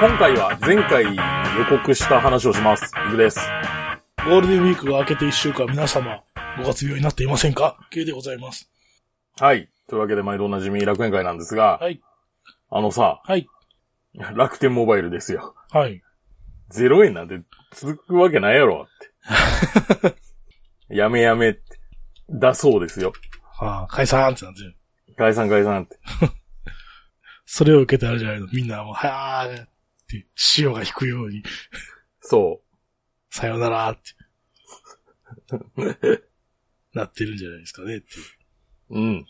今回は前回予告した話をします。いくです。ゴールデンウィークが明けて1週間皆様、ご活病になっていませんか ?K でございます。はい。というわけで毎度おなじみ楽園会なんですが、はい。あのさ、はい。楽天モバイルですよ。はい。 0円なんて続くわけないやろって。やめやめって。だそうですよ。はあ、解散ってなってる。解散解散って。それを受けてあるじゃないの。みんなもう、はあーって、潮が引くように、そさよならって、 なってるんじゃないですかねっていう。う。うん。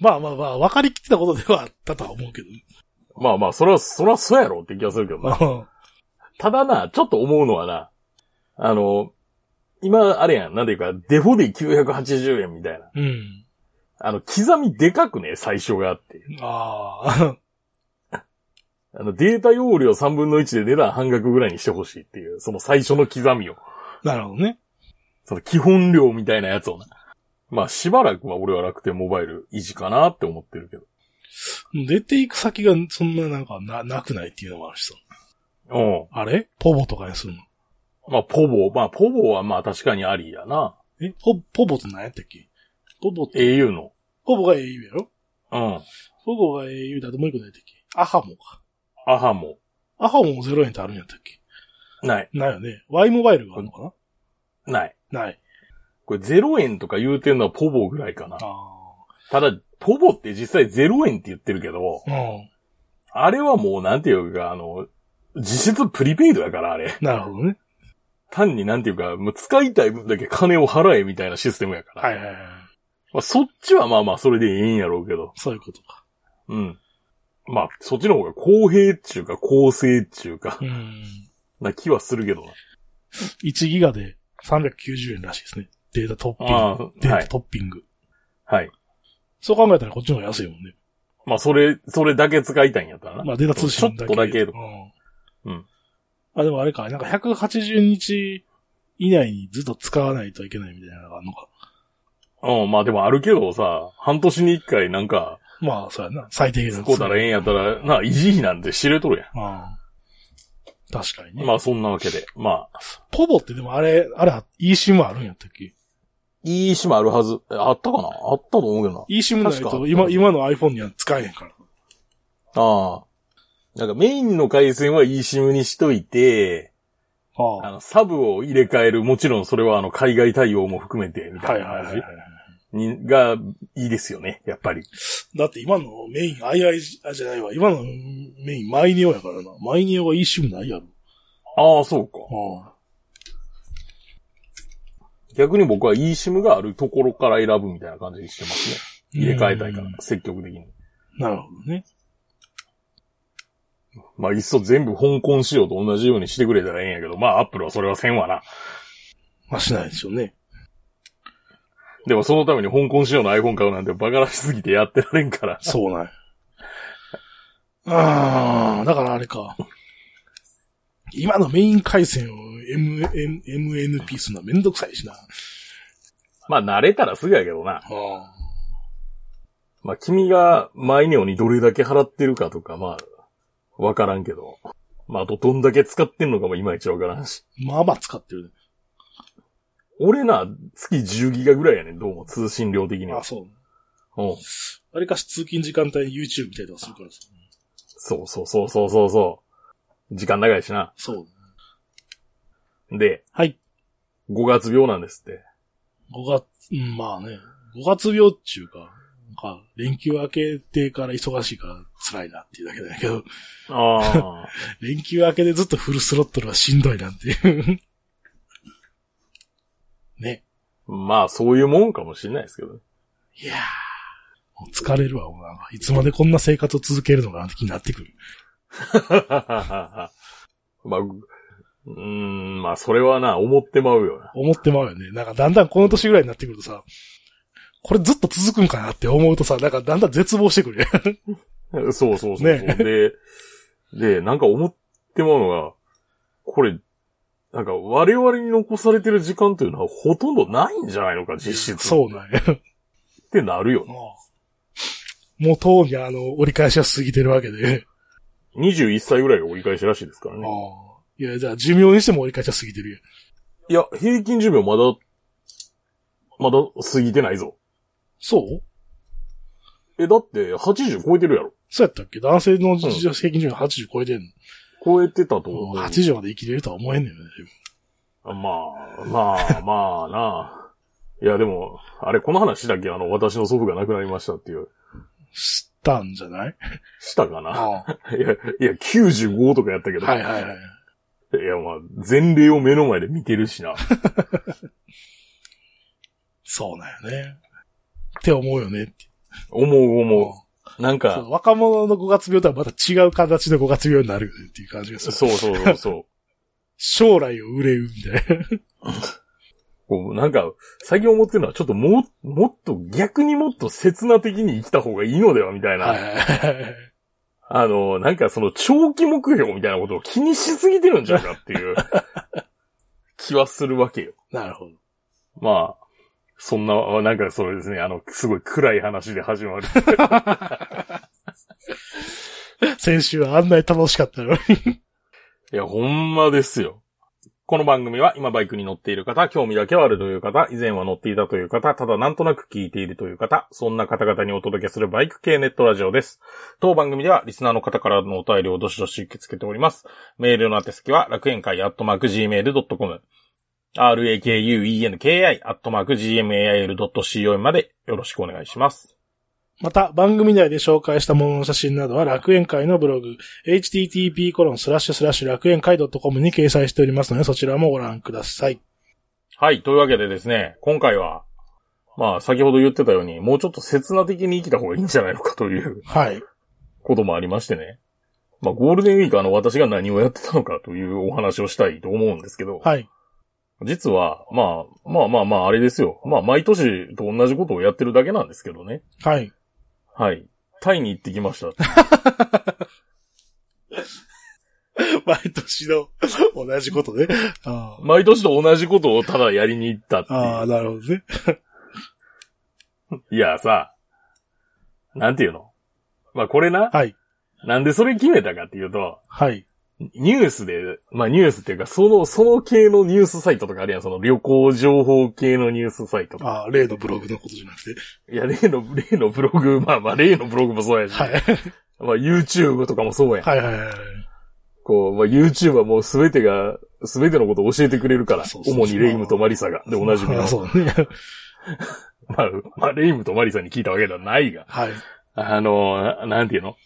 まあまあまあ、分かりきってたことではあったとは思うけどね。まあまあ、そら、そらそうやろって気がするけどな。あただな、ちょっと思うのはな、あの、今、あれやん、なんていうか、デフォで980円みたいな。うん。あの、刻みでかくね、最初があって。ああの、データ容量3分の1で値段半額ぐらいにしてほしいっていう、その最初の刻みを。あ、 なるほどね。その基本量みたいなやつをな。まあ、しばらくは俺は楽天モバイル維持かなって思ってるけど。出ていく先がそんななんかな、なくないっていうのもあるしさ。うあれポボとかにするのん。まあ、ポボ。まあ、ポボはまあ確かにありやな。え、ポ、ポボって何やったっけポボって、 au の。ポボが au やろうん。ポボが au だともう一個何やったっけアハモか。アハも。アハモも0円ってあるんやったっけない。ないよね。Y モバイルがあるのかない。なない。これ0円とか言うてんのはポボぐらいかな。あただ、ポボって実際0円って言ってるけど、あ。うん。あれはもうなんていうか、あの、実質プリペイドだから、あれ。なるほどね。単になんていうか、もう使いたい分だけ金を払えみたいなシステムやから。はいはいはい。まあ、そっちはまあまあそれでいいんやろうけど。そういうことか。うん。まあ、そっちの方が公平っちゅうか、公正っちゅうか う、ん。な気はするけどな。 1ギガで390円らしいですね。データトッピング。あデあ、ーはタい。トッピング。はい。そう考えたらこっちの方が安いもんね。まあ、それ、それだけ使いたいんやったらな。まあデータ通信だけ。ちょっとだけうとん。うん。あ、でもあれか、なんか180日以内にずっと使わないといけないみたいなのがあるのか。うん、まあでもあるけどさ、半年に一回なんか、まあ、そうやな。最低限使うたらええんやったら、な、維持費なんて知れとるやああ確かにね。ん。まあ、そんなわけで。まあ、ポボってでもあれ、あれ、eSIM はあるんやったっけいい島あるはず。えあったかなあったと思うけどな。 ?eSIM ない確かと今、今の iPhone には使えへんから。ああ。なんかメインの回線は eSIM にしといて、あああの、サブを入れ替える、もちろんそれはあの、海外対応も含めて、みたはいいなはいはい感はいじ。に、が、いいですよね、やっぱり。だって今のメイン、II、あ、じゃないわ。今のメイン、マイネオやからな。マイネオは eSIM ないやろ。ああ、そうか。ああ逆に僕は eSIM があるところから選ぶみたいな感じにしてますね。入れ替えたいかうらん、積極的に。なるほどね。まあ、いっそ全部香港仕様と同じようにしてくれたらええんやけど、まあ、アップルはそれはせんわな。まあ、しないでしょうね。でもそのために香港仕様の iPhone 買うなんてバカらしすぎてやってられんから。そうなんや。 ああ、だからあれか。今のメイン回線を M、M、MNP するのはめんどくさいしな。まあ、慣れたらすぐやけどな。ああまあ、君がマイネオにどれだけ払ってるかとか、まあ、わからんけど。まあ、あとどんだけ使ってんのかもいまいちわからんし。まあまあ使ってる俺な、月10ギガぐらいやねん、どうも、通信量的にね。はあ、。そう。うん。あれかし通勤時間帯に YouTube 見たりとかするからさ。そうそうそうそうそうそう。時間長いしな。そう。で、はい。 5月病なんですって。 5月、うんまあね。5月病っていうか、なんか、連休明けてから忙しいから辛いなっていうだけだけど、ああ。連休明けでずっとフルスロットルはしんどいなんていう。 ね。 まあ、そういうもんかもしれないです けどね。いやー。もう疲れるわ、もうなんかいつまでこんな生活を続けるのかなって気になってくる。まあ、うーん、まあ、それはな、思ってまうよな。思ってまうよね。なんかだんだんこの年ぐらいになってくるとさ、これずっと続くんかなって思うとさ、なんかだんだん絶望してくるよ。そうそうそうそう、ねで、で、なんか思ってまうのが、これ、なんか我々に残されてる時間というのはほとんどないんじゃないのか、実質。そうなんや。ってなるよね。もうとうにあの、折り返しは過ぎてるわけで。 21歳ぐらいが折り返しらしいですからあね。あ。いや、じゃあ寿命にしても折り返しは過ぎてるやん。いや、平均寿命まだ、まだ過ぎてないぞ。そうえ、だって80超えてるやろ。そうやったっけ男性のん平均寿命80超えてんの。超えてたと思う。 80まで生きれるとは思えんのよね。まあ、まあ、まあな。いや、でも、あれ、この話だけ、あの、私の祖父が亡くなりましたっていう。したんじゃないしたかな。ああ。いや、いや、95とかやったけど。はいはいはい。いや、まあ、前例を目の前で見てるしな。そうなんよね。って思うよねって。思う思う。なんそか、う若者の五月病とはまた違う形の五月病になるよねっていう感じがする。そうそうそうそう。将来を憂うみたいな。こうなんか、最近思ってるのは、ちょっともう、もっと、逆にもっと刹那的に生きた方がいいのでは、みたいな。はいはいはい。あの、なんかその長期目標みたいなことを気にしすぎてるんじゃないか っていう気はするわけよ。 なるほど。まあ、そんな、なんかそれですね、あの、すごい暗い話で始まる。先週はあんなに楽しかったのに。いや、ほんまですよ。この番組は今バイクに乗っている方、興味だけはあるという方、以前は乗っていたという方、ただなんとなく聞いているという方、そんな方々にお届けするバイク系ネットラジオです。当番組ではリスナーの方からのお便りをどしどし受け付けております。メールの宛先は楽園会アットマーク Gmail.com、rakuenki アットマーク Gmail.com までよろしくお願いします。また、番組内で紹介したものの写真などは楽園会のブログ、http コロンスラッシュスラッシュ楽園会 .com に掲載しておりますので、そちらもご覧ください。はい、というわけでですね、今回は、まあ先ほど言ってたように、もうちょっと刹那的に生きた方がいいんじゃないのかという。 はい。こともありましてね。まあ、ゴールデンウィークあの、私が何をやってたのかというお話をしたいと思うんですけど、はい。実は、まあ、まあまあまあ、あれですよ。まあ、毎年と同じことをやってるだけなんですけどね。はい。はい。タイに行ってきました。 毎年の同じことね。あ毎年と同じことをただやりに行ったってあああ、いなるほどね。う。いや、さ、なんていうのまあ、これな、はい。なんでそれ決めたかっていうと、はい。ニュースで、まあニュースっていうか、その、その系のニュースサイトとかあるやん、その旅行情報系のニュースサイトとか。ああ、例のブログのことじゃなくて。いや、例の、 例のブログ、まあまあ、例のブログもそうやし、はい。まあ YouTube とかもそうやん。はいはいはいはい。こう、まあ YouTube はもうすべてが、すべてのことを教えてくれるから、そうそうそう主にレイムとマリサが、で、おなじみのあ。 そうね。まあ、まあ、レイムとマリサに聞いたわけではないが、はい。あの、ななんていうの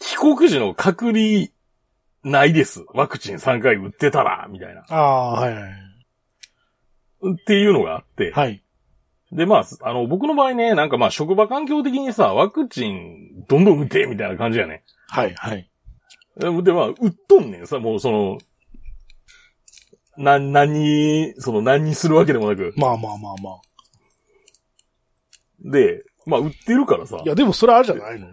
帰国時の隔離、ないです。ワクチン3回打ってたら、みたいな。ああ、はいはい。っていうのがあって。はい。で、まあ、あの、僕の場合ね、なんかまあ、職場環境的にさ、ワクチン、どんどん打て、みたいな感じやね。はい、はい。で、でまあ、売っとんねん、さ、もうその、な、何、その何にするわけでもなく。まあまあまあまあ。で、まあ、売ってるからさい。や、でもそれあるじゃないの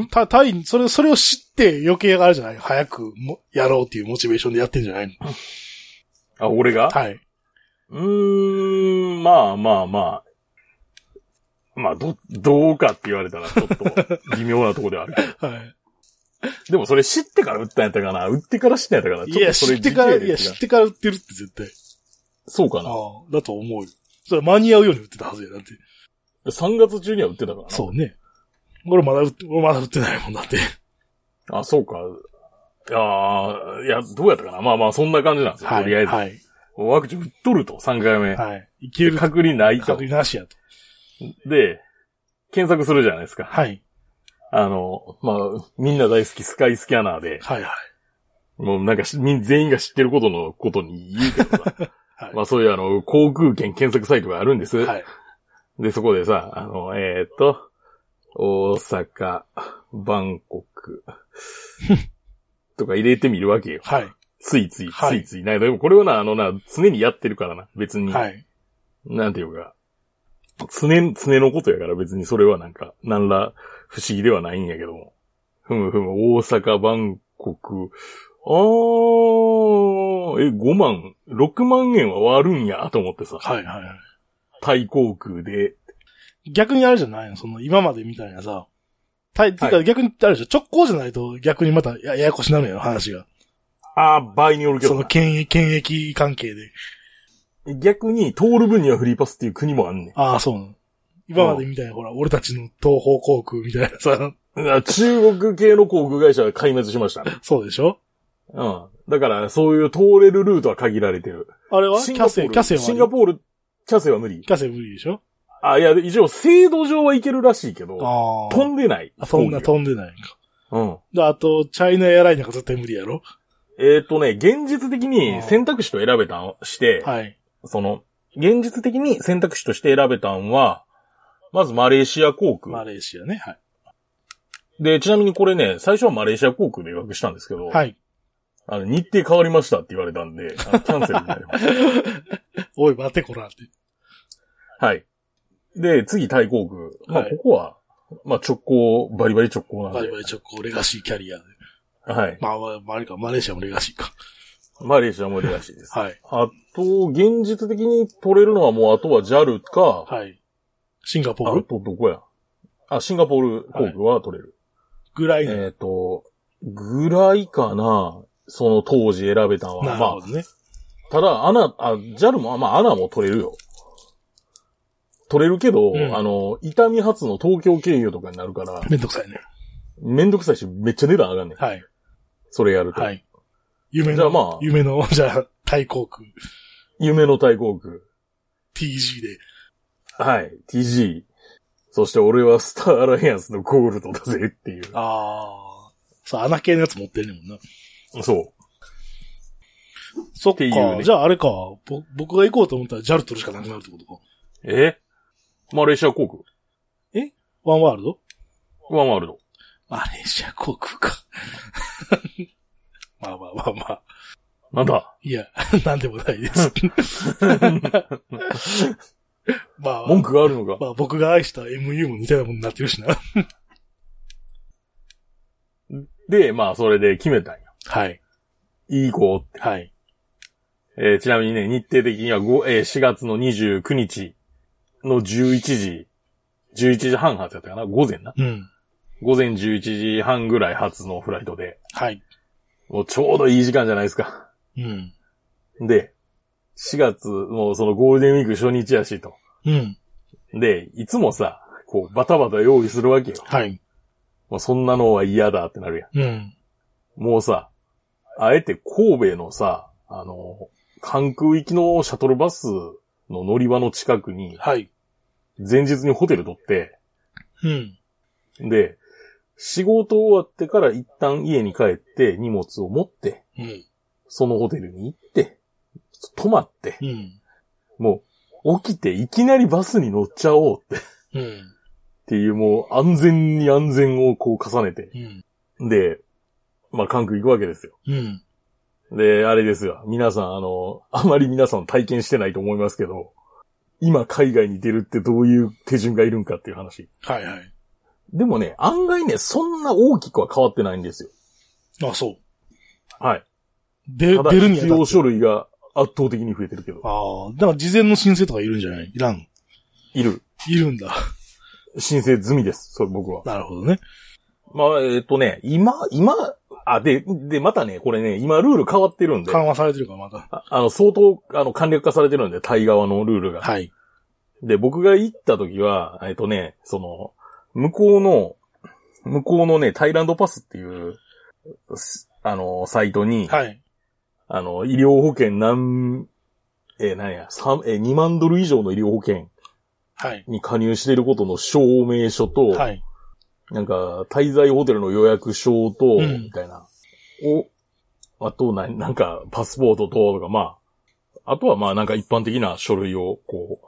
んた、タイ、それ、それを知って余計があるじゃない早くも、やろうっていうモチベーションでやってんじゃないのあ、俺がはい。うーん、まあまあまあ。まあ、ど、どうかって言われたら、ちょっと、微妙なとこではあるけど。 は。でも、それ知ってから売ったんやったかな売ってから知ったんやったかないいちょっや、とそ知れってから、いや、時系列知がってから売ってるって絶対。そうかあな。あ、だと思うよ。それ間に合うように売ってたはずや、だって。 3月中には売ってたからな。そうね。俺まだ売って、俺まだ売ってないもんだって。あ、そうか。いやーいや、どうやったかな。まあまあ、そんな感じなんですよ。はい。とりあえず。はい。ワクチン打っとると、3回目。はい。いける。隔離ないと確。なしやと。で、検索するじゃないですか。はい。あの、まあ、みんな大好きスカイスキャナーで、はいはい。もうなんかしみん全員が知ってることのことに言うけどさ はい。まあそういうあの、航空券検索サイトがあるんです。はい。で、そこでさ、あの、えーっと、大阪、バンコ ク、とか入れてみるわけよ。はい。ついつい、はついいついない。でもこれはな、あのな、常にやってるからな。別に、はい。なんていうか、常、常のことやから別にそれはなんか、なんら不思議ではないんやけども。ふむふむ、大阪、バンコク、あー、え、5万、6万円は割るんや、と思ってさ。はいはいはい。タイ航空で、逆にあれじゃないのその、今までみたいなさ、たい、てか逆に、あるでしょ、直行じゃないと逆にまたやややこしなのよ、話が。ああ、場合によるけそどのな。権益、権益関係で。逆に通る分にはフリーパスっていう国もあんねん。ああ、そうなの。今までみたいな、ほら、俺たちの東方航空みたいなさ、だ から中国系の航空会社は壊滅しましたね。そうでしょうん。だから、そういう通れるルートは限られてる。あれはキシンガャポーセ、ル。キャセシンガは、ポール、キャセは無理。キャセ無理でしょあ、いや、一応、制度上はいけるらしいけど、あ飛んでない。あ。そんな飛行飛んでないか。機がうん。で、あと、チャイナエアラインなんか絶対無理やろえっ、とね、現実的に選択肢と選べたんして、はい。その、現実的に選択肢として選べたんは、まずマレーシア航マ空。レーシアね。はい。で、ちなみにこれね、最初はマレーシア航空で予約したんですけど、はい。 あの、日程変わりましたって言われたんで、あのキャンセルになりましおい、待て、こらって。た。はい。で、次、タイ航空。まあ、はいここは、まあ、直行、バリバリ直行なんで。バリバリ直行、レガシーキャリアで。はい。まあ、まあまあ、あれか、マレーシアもレガシーか。マレーシアもいるらしいです。 はい。あと、現実的に取れるのはもう、あとは JAL か、はい。シンガポーあルとどこやあ、シンガポール航空は取れる。ぐらいの。えっ、と、ぐらいかな、その当時選べたのは。なるまほどね。あ、ただ、アナ、あ、JAL も、まあ、アナも取れるよ。取れるけど、うんあの、痛み発の東京経由とかになるから、めんどくさいね。めんどくさいし、めっちゃ値段上がんねん。はい。それやると。はい。夢の、じゃあまあ夢の、じゃあ、タイ航空、夢の大航空。 TG で。はい。TG。そして俺はスターアライアンスのゴールドだぜっていう。ああ。そう、穴系のやつ持ってるねもんな。そう。そっっていうか。ねじゃああれか。ぼ僕が行こうと思ったら JAL 取るしかなくなるってことか。えマレーシア航空。ワンワールドワンワールド。マレーシア航空か。まあまあまあまあ。なんだいや、なんでもないです。まあ、文句があるのか。まあ僕が愛した MU も似たようなものになってるしな。で、まあ、それで決めたんや。はい。いい子って。はい。えーちなみにね、日程的には5、えー4月の29日の11時、11時半発やったかな午前な。うん。午前11時半ぐらい発のフライトで、はい。もうちょうどいい時間じゃないですか。うん。で、4月、もうそのゴールデンウィーク初日やしと。うん。で、いつもさ、こう、バタバタ用意するわけよ。はい。もうそんなのは嫌だってなるやうん。ん。もうさ、あえて神戸のさ、あの、関空行きのシャトルバスの乗り場の近くに、はい。前日にホテル取って、うん。で、仕事終わってから一旦家に帰って荷物を持って、うん。そのホテルに行って、泊まって、うん。もう起きていきなりバスに乗っちゃおうってうん。っていうもう安全に安全をこう重ねて。うん。で、まあ関空行くわけですよ。うん。で、あれですよ。皆さんあの、あまり皆さん体験してないと思いますけど、今海外に出るってどういう手順がいるんかっていう話。はいはい。でもね、案外ね、そんな大きくは変わってないんですよ。あ、そう。はい。で、ただ、出るにあ必た要って。書類が圧倒的に増えてるけど。ああ、だから事前の申請とかいるんじゃないいらん。いる。いるんだ。申請済みです。それ僕は。なるほどね。まあ、えっ、とね、今、今、あ、で、で、またね、これね、今ルール変わってるんで、緩和されてるから、また。ああの、相当、あの、簡略化されてるんで、タイ側のルールが。はい。で、僕が行った時は、えっとね、その、向こうの、向こうのね、タイランドパスっていう、すあの、サイトに、はい。あの、医療保険何、えー、なんや、三えー、2万ドル以上の医療保険はい。に加入していることの証明書と、はい。なんか、滞在ホテルの予約証と、うんみたいな、を、あと、な、なんか、パスポートと、とか、まあ、あとはまあ、なんか一般的な書類を、こう、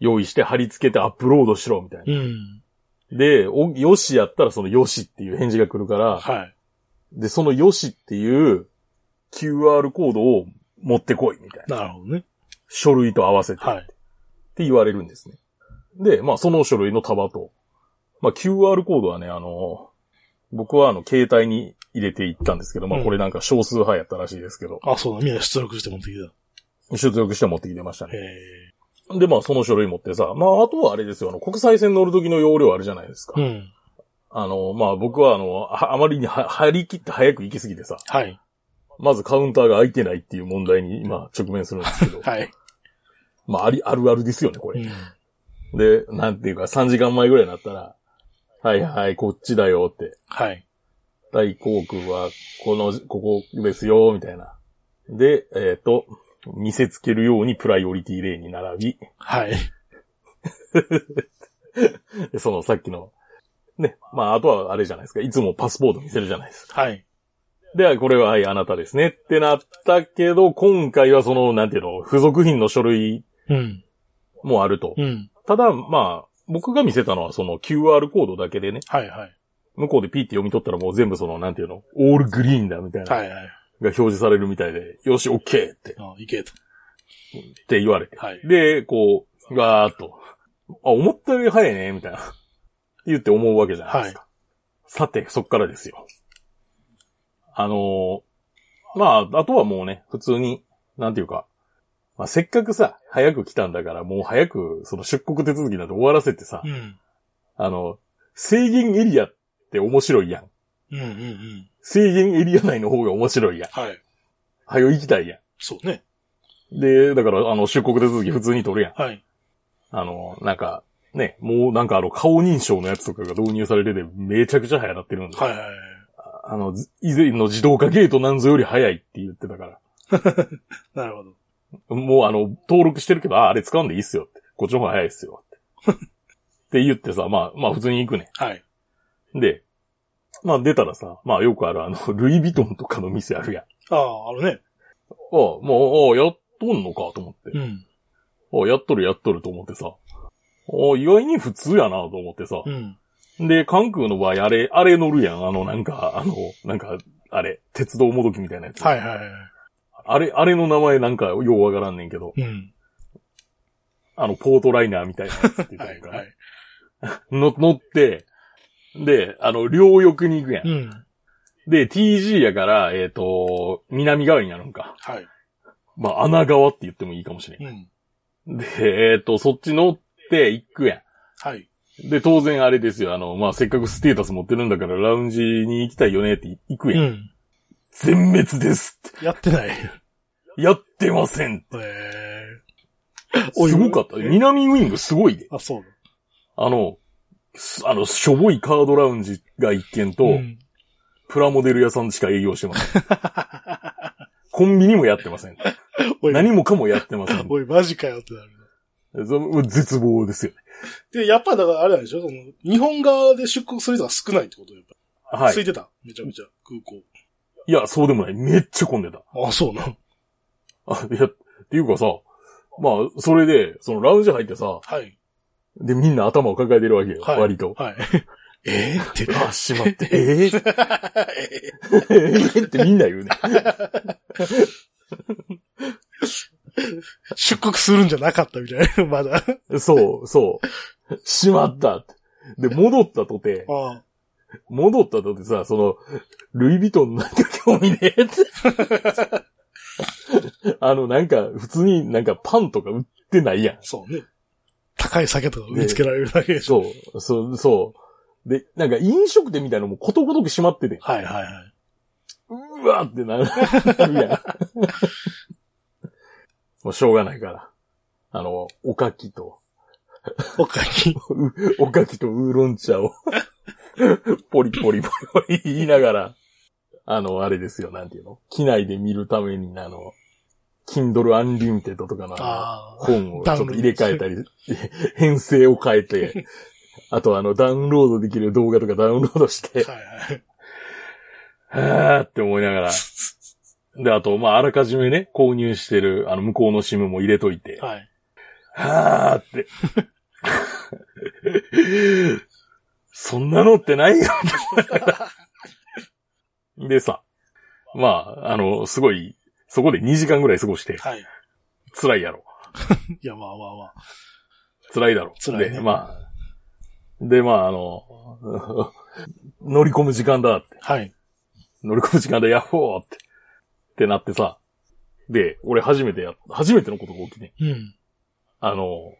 用意して貼り付けてアップロードしろ、みたいな。うん。で、お、よしやったらそのよしっていう返事が来るから、はい。で、そのよしっていう QR コードを持ってこい、みたいな。なるほどね。書類と合わせて、っはい。て言われるんですね。で、まあ、その書類の束と、まあ、QR コードはね、あの、僕はあの、携帯に入れていったんですけど、まあ、うんこれなんか少数派やったらしいですけど、あ、そうだ。みんな出力して持ってき出力して持ってきてましたた。へね。え。で、まあ、その書類持ってさ、まあ、あとはあれですよ、あの、国際線乗る時の容量あるじゃないですか。うん。あの、まあ、僕はあの、はあまりには張り切って早く行き過ぎてさ、はい。まずカウンターが空いてないっていう問題に今直面するんですけ ど、はい。まあ、あり、あるあるですよね、こうれ。ん。で、なんていうか、3時間前ぐらいになったら、はいはい、こっちだよって、はい。大航空は、この、ここですよ、みたいな。で、えっ、と、見せつけるようにプライオリティレーンに並び、はい。でそのさっきの、ね、まあ、あとはあれじゃないですか。いつもパスポート見せるじゃないですか。はい。では、これは、はい、あなたですね。ってなったけど、今回はその、なんていうの、付属品の書類うん。もあると。うん。ただ、まあ、僕が見せたのはその QR コードだけでね、はいはい。向こうでピーって読み取ったらもう全部その、なんていうの、オールグリーンだみたいな、はいはい。が表示されるみたいで、よし、オッケーって、あいけと。って言われて。はい。で、こう、ガーッと、あ、思ったより早いね、みたいな。 言って思うわけじゃないですか。さて、そっからですよ。あのーまあ、あとはもうね、普通に、なんていうか、まあ、せっかくさ、早く来たんだから、もう早く、その出国手続きなんて終わらせてさ、うん。あの、制限エリアって面白いやん。うんうんうん。制限エリア内の方が面白いやん。はい。早よ行きたいやそうね。ん。で、だから、あの、出国手続き普通に取るやん。はい。あの、なんか、ね、もうなんかあの、顔認証のやつとかが導入されてて、めちゃくちゃ早なってるんで、はいはいはい。あの、ず以前の自動化ゲートなんぞより早いって言ってたから、なるほど。もうあの、登録してるけど、あ、あれ使うんでいいっすよって、こっちの方が早いっすよって。 って言ってさ、まあ、まあ普通に行くね。はい。で、まあ出たらさ、まあよくあるあの、ルイ・ヴィトンとかの店あるやん。あああ、あるね。もう、あやっとんのかと思って。うん。あやっとるやっとると思ってさ。あ意外に普通やなと思ってさ。うん。で、関空の場合、あれ、あれ乗るやん。あの、なんか、あの、なんか、あれ、鉄道もどきみたいなやつ。はいはいはあれ、あれの名前なんか、ようわからんねんけど、い。うん。あの、ポートライナーみたいなやつっていうかはいはい。の乗って、で、あの、両翼に行くやん。うん。で、TG やから、えっ、と、南側になるんか。はい。まあ、穴側って言ってもいいかもしれん。うん。で、えっ、と、そっち乗って行くやはい。ん。で、当然あれですよ。あの、まあ、せっかくステータス持ってるんだから、ラウンジに行きたいよねって行くや。うんん。全滅ですって。やってない。やってません。え おいすごかった。え南ウィングすごいで。ー。あ、そうあの、すあの、しょぼいカードラウンジが一軒と、だ。うん。プラモデル屋さんしか営業してません。 コンビニもやってません。おい何もかもやってません。おい、マジかよってなる。そ絶望ですよね。で、やっぱだからあれなんでしょその、日本側で出国する人が少ないってことやっぱ。は空い。いてためちゃめちゃ、空港。いや、そうでもない。めっちゃ混んでた。あ、そうな。あ、いや、っていうかさ、まあ、それで、そのラウンジ入ってさ、はい。で、みんな頭を抱えてるわけよ。はい割と。はい。 えーって。 あ、しまって、ええー、えーってみんな言うね。出国するんじゃなかったみたいな、 まだ。そう、そう。しまったって。で、戻ったとて、ああ戻ったとてさ、その、ルイ・ヴィトンなんか興味ねえって。あの、なんか、普通になんかパンとか売ってないやん。そうね。高い酒とか見つけられるだけでしょ。そう、そう、そう。で、なんか飲食店みたいなのもことごとく閉まってて、はいはいはい。うわってななるやん。もうしょうがないから。あの、おかきと、他に。う おかきとウーロン茶を、 ポリポリポリポリ言いながら、あの、あれですよ、なんていうの機内で見るために、あの、Kindle Unlimited とかのあ あのあ。本をちょっと入れ替えたり、編成を変えて、あとあの、ダウンロードできる動画とかダウンロードして、はいはい。はーって思いながら、で、あと、まあ、あらかじめね、購入してる、あの、向こうの SIM も入れといて、はい。はーって。そんなのってない よ。でさ、まあ、あの、すごい、そこで2時間ぐらい過ごして、はい。辛いやろ。いや、まあまあまあ。辛いだろ。辛いねで、まあ、で、まあ、あの、 乗り込む時間だって。はい。乗り込む時間だ、やっほーって。ってなってさ、で、俺初めてや、初めてのことが起きて、うん。あの、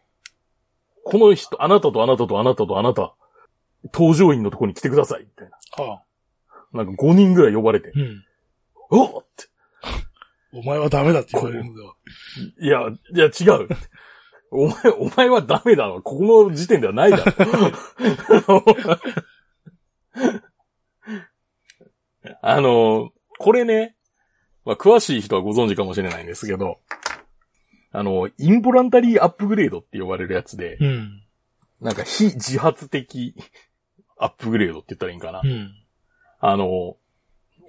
この人、あなたとあなたとあなたとあなた、搭乗員のとこに来てください、みたいな。はあ。なんか5人ぐらい呼ばれて、うん。おっってお前はダメだって言われるのでは。いや、いや、違う。お前、お前はダメだろ。ここの時点ではないだろ。 あの、これね、まあ、詳しい人はご存知かもしれないんですけど、あの、インボランタリーアップグレードって呼ばれるやつで、うん。なんか非自発的アップグレードって言ったらいいんかなう。ん。あの、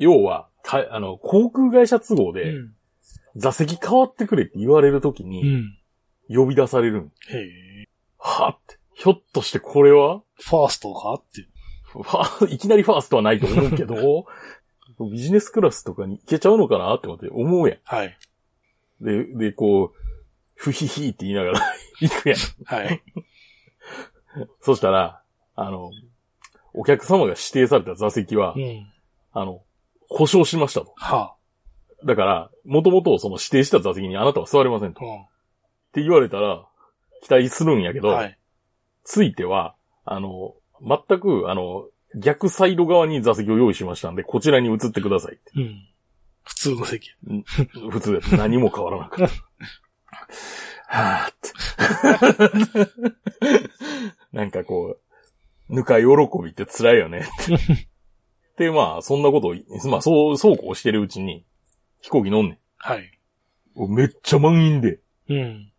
要は、たあの、航空会社都合うで、ん。座席変わってくれって言われるときうに、ん。呼び出されるんへえ。はって、ひょっとしてこれは ファーストかって。ファいきなりファーストはないと思うけど、 ビジネスクラスとかに行けちゃうのかなって思って思うやはい。ん。で、で、こう、ふひひって言いながら 行くやん。はい。そしたら、あの、お客様が指定された座席は、うん。あの、故障しましたと。はだから、もともとその指定した座席にあなたは座れませんと。あ。って言われたら、期待するんやけうど、ん。はい。ついては、あの、全く、あの、逆サイド側に座席を用意しましたんで、こちらに移ってください。 うん。普通の席。普通です。何も変わらな かった。はぁって。なんかこう、ぬか喜びって辛いよ ねって。で、まあ、そんなことを、まあ、そう、そうこうしてるうちに、飛行機乗んねはい。ん。めっちゃ満員で。うん。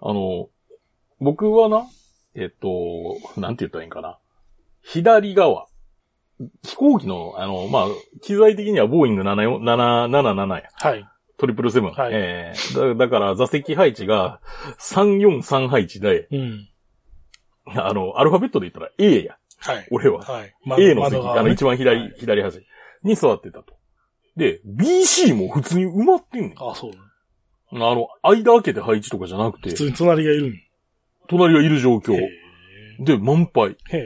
あの、僕はな、えっと、なんて言ったらいいんかな。左側。飛行機の、あの、まあ、機材的にはボーイング74 777や。はい。トリプルセブン。はいえーだだから座席配置が343配置で、うん。あの、アルファベットで言ったら A や。はい。俺は。はい。 A の席、あの一番。番左、はい左端に座ってたと。で、BC も普通に埋まってんねん。ああ、そう。の、間開けて配置とかじゃなくて普、通に隣がいるん。隣がいる状況へ。で、満杯。え。へ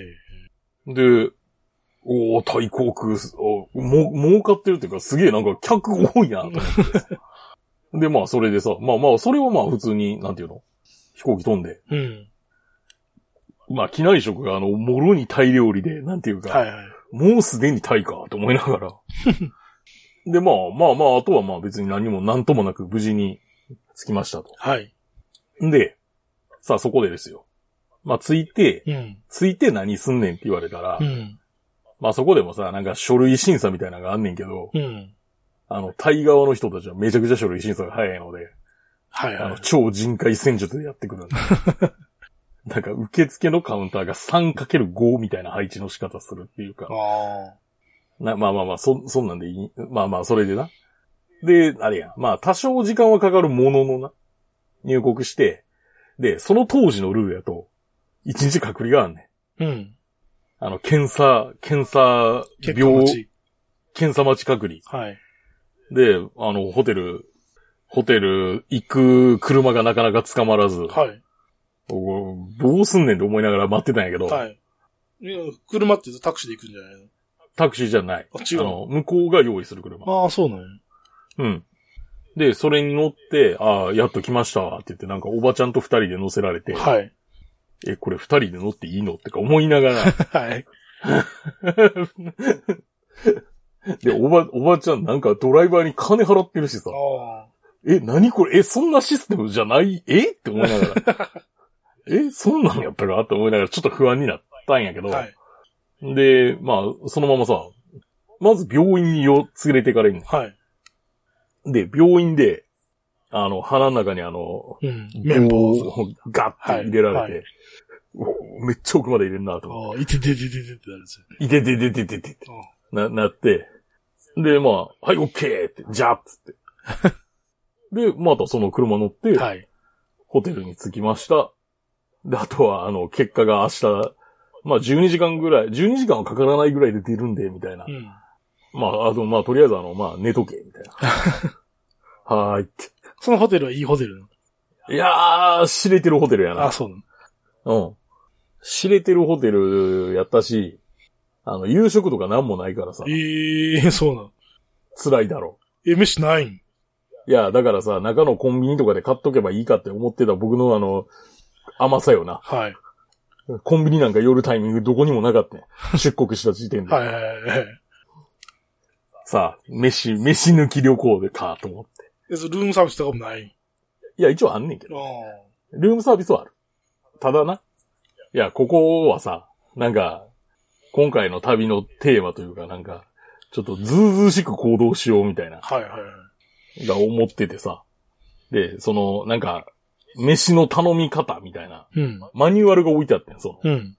え。で、おー、対航空、おも、儲かってるっていうか、すげえなんか客多いなと思ってさで、まあ、それでさ、まあまあ、それはまあ、普通に、なんていうの飛行機飛んで。うん。まあ、機内食が、あの、もろにタイ料理で、なんていうか、はいはい。もうすでにタイか、と思いなが ら。で、まあまあまあ、あとはまあ別に何も何ともなく無事に着きましたと。はい。で、さあそこでですよ。まあ着いて、うん。着いて何すんねんって言われたら、うん。まあそこでもさ、なんか書類審査みたいなのがあんねんけど、うん。あの、タイ側の人たちはめちゃくちゃ書類審査が早いので、はいあはの、い。超人海戦術でやってくるんだ。 なんか受付のカウンターが 3×5 みたいな配置の仕方するっていうか、あな、まあまあまあ、そ、そんなんでいい。まあまあ、それでな。で、あれや。まあ、多少時間はかかるもののな。入国して、で、その当時のルールやと、一日隔離があんねん。あ。うん。あの、検査、検査、結果病待、ち。検査待ち隔離。はい。で、あの、ホテル、ホテル行く車がなかなか捕まらず、はい。おどうすんねんって思いながら待ってたんやけど、はい。いや車って言うとタクシーで行くんじゃないのタクシーじゃない。あ、あ違うの。の、向こうが用意する車。ああ、そうなのうん。で、それに乗って、ああ、やっと来ましたわって言って、なんかおばちゃんと二人で乗せられて、はい。え、これ二人で乗っていいのってか思いなが ら、はい。で、おば、おばちゃんなんかドライバーに金払ってるしさ、あえ、何これ、え、そんなシステムじゃないえって思いながら、 え、そんなのやったかって思いながらちょっと不安になったんやけあ。ど、はい。で、まあ、そのままさ、まず病院を連れてかれんはい。ので、病院で、あの、鼻の中にあの、うん。綿綿棒棒。をガッて入れられて、はいはいおめっちゃ奥まで入れるなと思っああ、いててててててってなるんですよね。て。いてててててててな、なって、で、まあ、はい、オッケーって、じゃあっつって。 で、またその車乗って、はい。ホテルに着きました。で、あとは、あの、結果が明日、まあ、12時間ぐらい、12時間はかからないぐらいで出るんで、みたいなう。ん。まあ、あと、まあ、とりあえず、あの、まあ、寝とけ、みたい な。はーいって。そのホテルはいいホテルなのいやー、知れてるホテルやな。あ、そうなの。うん。知れてるホテルやったし、あの、夕食とかなんもないからさ、ええ、そうなの。辛いだろえ、飯ないんう。いや、だからさ、中のコンビニとかで買っとけばいいかって思ってた僕のあの、甘さよな。はい。コンビニなんか寄るタイミングどこにもなかったね。出国した時点で。はいはいはいはい。さあ、飯、飯抜き旅行でか、と思って。でそのルームサービスとかもない。いや、一応あんねんけうど。ん。ルームサービスはある。ただな。いや、ここはさ、なんか、今回の旅のテーマというか、なんか、ちょっとずうずうしく行動しようみたいな、はいはいはい。が思っててさ。で、その、なんか、飯の頼み方みたいな、うん。マニュアルが置いてあってん、その、うん。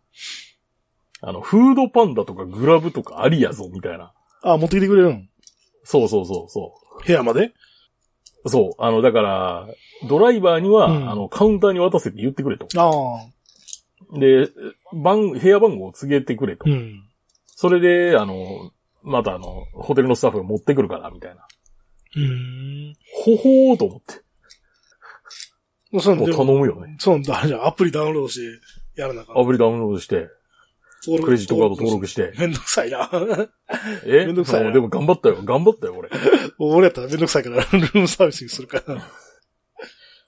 あの、フードパンダとかグラブとかありやぞ、みたいな。あ、持ってきてくれるんそうそうそうそう。部屋までそう。あの、だから、ドライバーには、うんあの、カウンターに渡せって言ってくれと。ああ。で、番、部屋番号を告げてくれと。うん。それで、あの、またあの、ホテルのスタッフが持ってくるから、みたいな。うん。ほほーと思って。もうそのもうで頼も、むよね。その、あれじゃんアプリダウンロードしてやらなあかんアプリダウンロードして、登録クレジットカード登録して。めんどくさいな。 えめんどくさいなそうでも頑張ったよ。頑張ったよ、俺。い俺やったらめんどくさいから、ルームサービスにするから。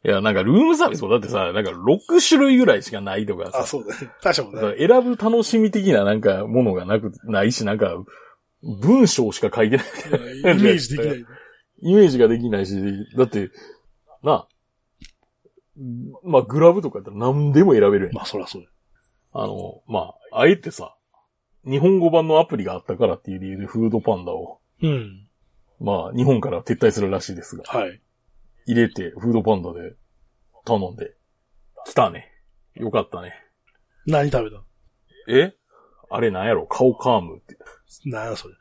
や、なんかルームサービスもだってさ、なんか6種類ぐらいしかないとかあ、さ。そうだね。大したことだない。から選ぶ楽しみ的ななんかものがなく、ないし、なんか、文章しか書いてない イメージできない。イメージができないし、だって、なあ、まあ、グラブとかやったら何でも選べるやん。まあ、そらそうあの、まあ、あえてさ、日本語版のアプリがあったからっていう理由でフードパンダを、や。うん。まあ、日本から撤退するらしいですが、はい。入れて、フードパンダで頼んで、来たね。よかったね。何食べたえあれなんやろ顔カームって。なんやそれ。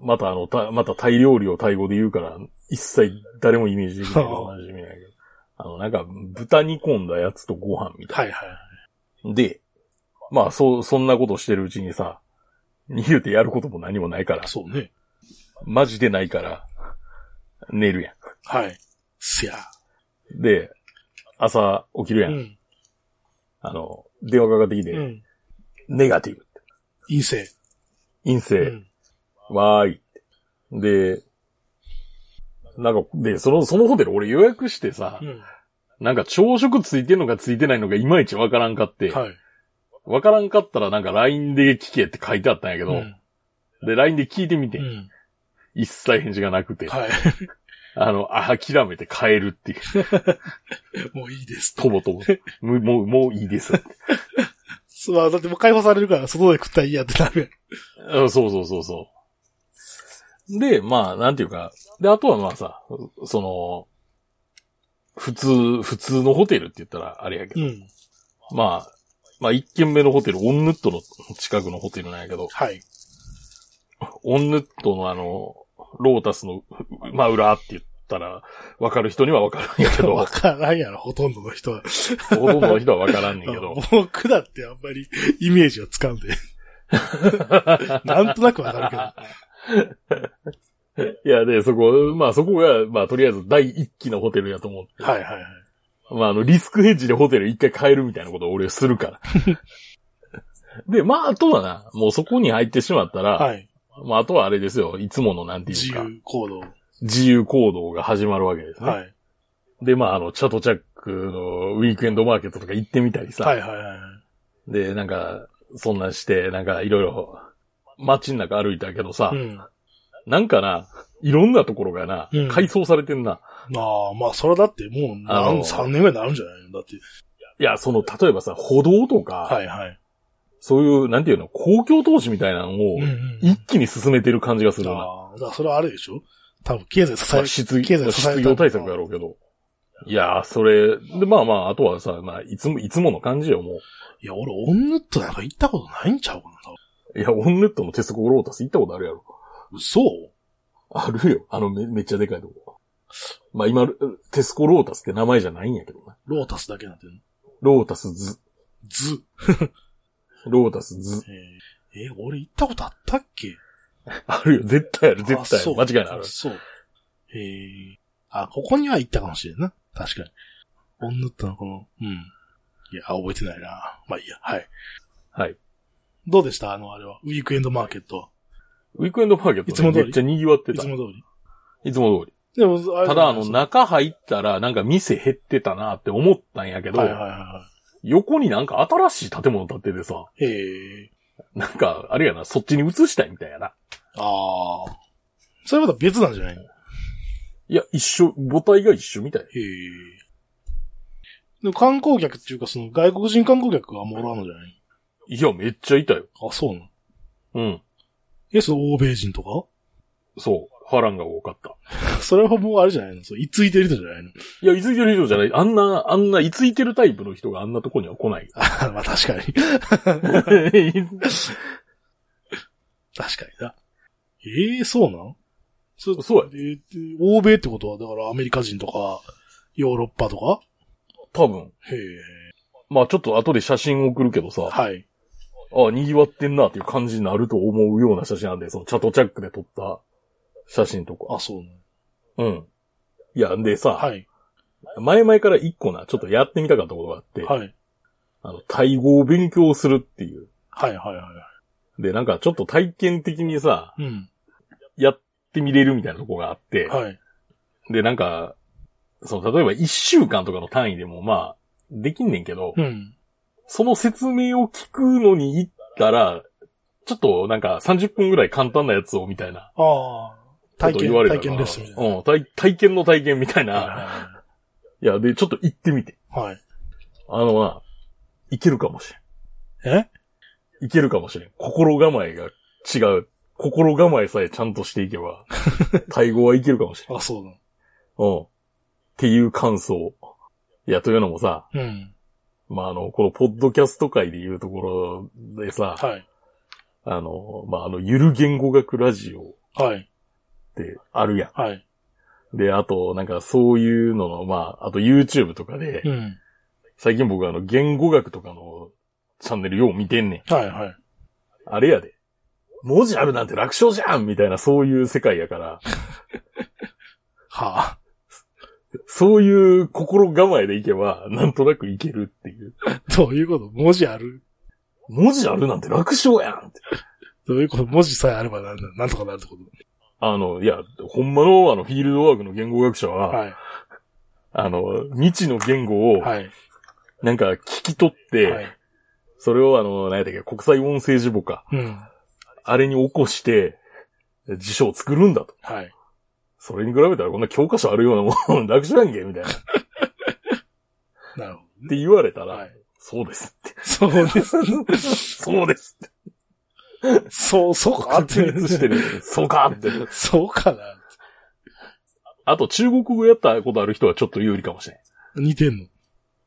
またあの、た、またタイ料理をタイ語で言うから、一切誰もイメージできないからおなじみないけど。あの、なんか、豚煮込んだやつとご飯みたいはいはい。な。で、まあ、そう、そんなことしてるうちにさ、言うてやることも何もないから、そうね。マジでないから、寝るやはい。すや。ん。で、朝起きるうやん。ん。あの、電話かかってきて、うん。ネガティブ。陰性。陰う性。ん。わーい。で、なんか、で、その、そのホテル俺予約してさ、うん。なんか朝食ついてんのかついてないのかいまいちわからんかって、わ、はい。からんかったらなんか LINE で聞けって書いてあったんやけど、うん。で、LINE で聞いてみて、うん。一切返事がなくて、はい。 あの、あ諦めて帰るっていう、もういいです。とぼと ぼ、むもう、もういいです。そうまあ、だってもう解放されるから、外で食ったらいいやってなるあそうそうそうそう。で、まあ、なんていうか、で、あとはまあさ、その、普通、普通のホテルって言ったらあれやけど、やん。うん。まあ、まあ一軒目のホテル、オンヌットの近くのホテルなんやけど、はい。オンヌットのあの、ロータスのまあ裏って言ったら、わかる人にはわかるんやけど、 わほからんやろ、ほとんどの人は。とんどの人はわからんねんけど、僕だってあんまりイメージはつかん で。なんとなくわかるけど。いや、で、そこ、まあそこが、まあとりあえず第一期のホテルやと思って、はいはいはい。まああの、リスクヘッジでホテル一回変えるみたいなことを俺する から。で、まああとはな、もうそこに入ってしまったら、はい。まああとはあれですよ、いつものなんてい自うか、由行動。自由行動が始まるわけですね。はい。で、まああの、チャトチャックのウィークエンドマーケットとか行ってみたりさ、はいはいはい。で、なんか、そんなんして、なんかいろいろ、街の中歩いたけどさ、うん。なんかな、いろんなところがな、うん改装されてんな。まあ、まあ、それだってもうあ何、の3年ぐらいになるんじゃないのだって。いや、その、例えばさ、歩道とか、はいはい。そういう、なんていうの、公共投資みたいなのをうん、うん。一気に進めてる感じがするな。ああ、だからそれはあれでしょ多分経済支まえあ、失経業、ま済あ支えた失業対策やろうけど。いやー、それ、で、まあまあ、あとはさ、まあ、いつも、いつもの感じよ、もいや、俺、オンヌットなんか行ったことないんちゃうかな、う。多いや、オンネットの鉄コロータス行ったことあるやろ。分。嘘あるよ。あの、め、めっちゃでかいとこ。まあ今、テスコロータスって名前じゃないんやけどな。ロータスだけなんていうのロータスズ、ず。ロータスズ。えーえー俺行ったことあったっけあるよ。絶対ある。絶対ああそる。う間違いないある。そう。えー、あ、ここには行ったかもしれんな。確かに。オンヌットのこの、うん。いや、覚えてないな。まあいいや、はい。はい。どうでしたあの、あれは。ウィークエンドマーケットは。ウィークエンドマーケット、ね、いつも通りめっちゃ賑わっていた。ついも通り。つも通り。でも、れただ、あの、そう中入ったら、なんか店減ってたなって思ったんやけど、はいはいはいは横になんか新しい建物建っててさ、へえ。なんか、あれやな、そっちに移したいみたいやな。ああ。それまた別なんじゃないのへいや、一緒、母体が一緒みたい。え。でも観光客っていうか、その外国人観光客はあんまおらんのじゃないいや、めっちゃいたよ。あ、そうなのうん。え、その欧米人とか そう。波乱が多かった。それはもうあれじゃないのそう、いついてる人じゃないのい や、いついてる人じゃない。あんな、あんな、いついてるタイプの人があんなとこには来ない。あまあ確かに。 確かにな。ええそうなんそそうや。えー欧米ってことは、だからアメリカ人とか、ヨーロッパとか多分。へえ。まあちょっと後で写真送るけどさ、はい。ああ、賑わってんなっていう感じになると思うような写真なんで、そのチャトチャックで撮った写真とか。あ、そうなのうん。いや、んでさ、はい。前々から一個な、ちょっとやってみたかったことがあって、はい。あの、タイ語を勉強するっていう。はい、はい、はで、なんかちょっと体験的にさ、い。うん。やってみれるみたいなとこがあって、はい。で、なんか、その、例えば一週間とかの単位でも、まあ、できんねんけど、うん。その説明を聞くのに行ったら、ちょっとなんか30分ぐらい簡単なやつをみたいなああ。こ体と験、言われたか体ら。験ですみたいな。うん、体体験の体験みたいな。はいや、で、ちょっと行ってみて。いはい。あのな、いけるかもしえれん。いけるかもしれん。心構えが違う。心構えさえちゃんとしていけ ば、タイ語はいけるかもしれん。あ、そうなのうん。っていう感想。いや、というのもさ、うん。まあ、あの、このポッドキャスト界で言うところでさ、はい。あの、まあ、あの、ゆる言語学ラジオっはい。てあるやはい。ん。で、あと、なんかそういうのの、まあ、あと YouTube とかで、うん。最近僕あの、言語学とかのチャンネルよう見てんねん。はい、はい。あれやで。文字あるなんて楽勝じゃんみたいな、そういう世界やから、はあ。 そういう心構えでいけば、なんとなくいけるっていう。どういうこと文字ある文字あるなんて楽勝やんって。どういうこと文字さえあればなんだなんとかなるってこあの、いや、ほんまのあの、フィールドワークの言語学者は、とはい。あの、未知の言語を、はい。なんか聞き取って、はい。それをあの、何やったっけ、国際音声字母か。うん。あれに起こして、辞書を作るんだと。はい。それに比べたらこんな教科書あるようなもん楽じゃんけ、みたいな。っなるほて言われたら、ど。はい。そうです って。そうです。そうですって。そう、そうかって確。立してる。 そうかって。そうかな。あと中国語やったことある人はちょっと有利かもしれん。似てんの。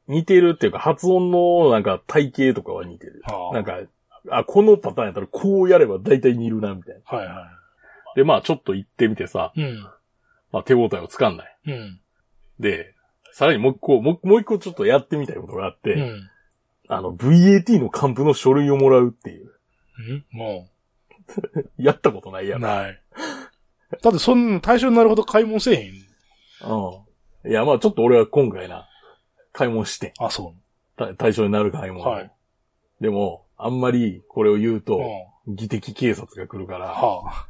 似てるっていうか発音のなんか体型とかは似てる。はなんか、あ、このパターンやったらこうやれば大体似るな、みたいな。はいはで、まあちょっと行ってみてさ、い。うん。まあ手応えをつかんだようん。で、さらにもう一個、もうもう一個ちょっとやってみたいことがあって、うん。あの、VAT の幹部の書類をもらうっていう。うんも、やったことないうやろ。ない。だってそんな対象になるほど買い物せえへん。うん。いや、まあちょっと俺は今回な、買い物して、あ、そ。た対象になる買いう物。はい。でも、あんまりこれを言ううんと、技的警察が来るから、は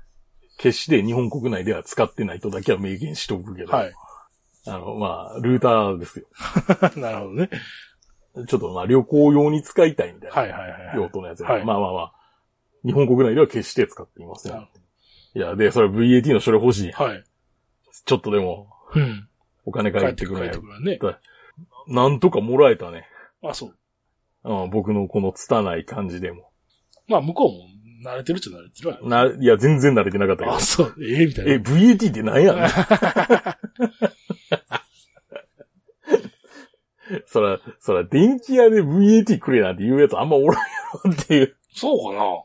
決して日本国内では使ってないとだけは明言しておくけど、あ。はい。あの、まあ、ルーターですよ。 なるほどね。ちょっとまあ旅行用に使いたいみたいな。はいはいはいは用い。途のやつや、はいまあまあまあ。日本国内では決して使っていませなるん。いや、で、それ VAT の書類欲しい。はい。ちょっとでも、うん。お金帰返っっててくくる。れ帰っなていく。るわね。なんとかもらえたね。あ、そう。うん、僕のこの拙い感じでも。まあ、向こうも慣れてるっちゃ慣れてるわよ。な、いや、全然慣れてなかったけどあ、。そう。ええみたいな。え、VAT って何やねん。 そら、そら、電気屋で VAT くれなんて言うやつあんまおらんやろっていう。そうかな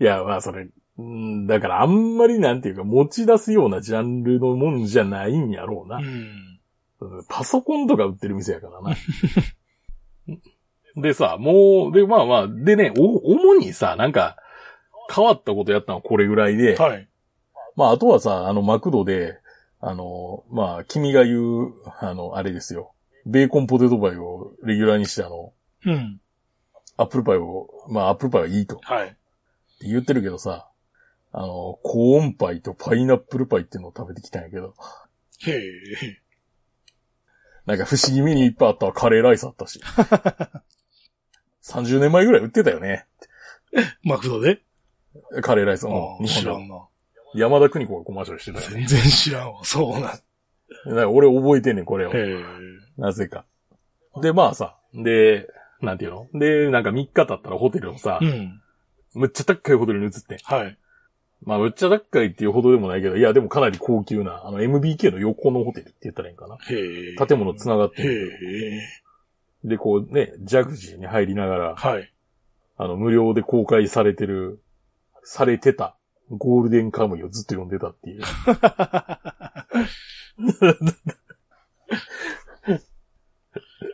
いや、まあ、それ、うんだからあんまりなんていうか持ち出すようなジャンルのもんじゃないんやろうな。うん。パソコンとか売ってる店やからな。 でさ、もう、で、まあまあ、でね、お、主にさ、なんか、変わったことやったのはこれぐらいで、はい。 まあ、あとはさ、あの、マクドで、あの、まあ、君が言う、あの、あれですよ。ベーコンポテトパイをレギュラーにして、あの、うん。アップルパイを、まあ、アップルパイはいいとはい。言ってるけどさ、あの、コーンパイとパイナップルパイっていうのを食べてきたんやけど、へえ。なんか不思議みにいっぱいあったわカレーライスあったし。30年前ぐらい売ってたよね。マクドでカレーライス。うんうん日知ら本んな。で。山田邦子がコマーシャルしてたよね。 全然知らんわ。そうなん。へなんか俺覚えてんねん、これを。え。なぜか。で、まあさ、で、なんていうので、なんか3日経ったらホテルをさう、ん。むっちゃ高いホテルに移ってん。はい。まあ、むっちゃ高いっていうほどでもないけど、いや、でもかなり高級な、あの、MBK の横のホテルって言ったらいいんかな。へえ。建物繋がってへる。え。で、こうね、ジャグジーに入りながら、はい。あの、無料で公開されてる、されてた、ゴールデンカムイをずっと読んでたっていう。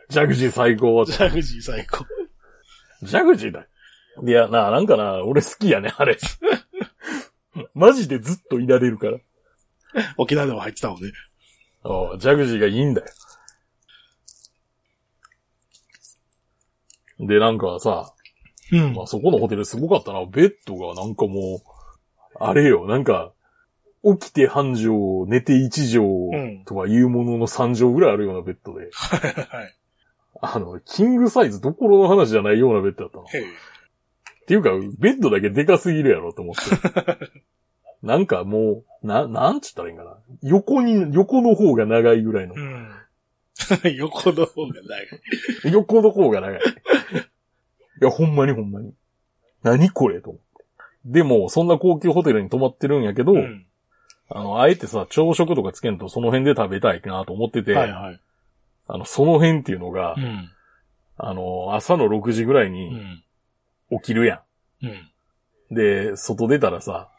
ジャグジー最高はジ、ャグジー最高。ジャグジーだよ。いや、な、なんかな、俺好きやね、あれ。マジでずっといられるから。沖縄でも入ってたもんね。ああ、ジャグジーがいいんだよ。で、なんかさ、うんまあ、そこのホテルすごかったな。ベッドがなんかもう、あれよ、なんか、起きて半畳、寝て一ん畳とかいうものの三畳ぐらいあるようなベッドで、はい。あの、キングサイズどころの話じゃないようなベッドだったの。へえ。っていうか、ベッドだけでかすぎるやろと思って。 なんかもう、な、なんつったらいいんかな。横に、横の方が長いぐらいのう。ん。 横の方が長い。横の方が長い。 いや、ほんまにほんまに。何これと思って。でも、そんな高級ホテルに泊まってるんやけど、うん。あの、あえてさ、朝食とかつけんとその辺で食べたいなと思ってて、はいはい。あの、その辺っていうのが、うん。あの、朝の6時ぐらいうにん。起きるやうん。ん。で、外出たらさ、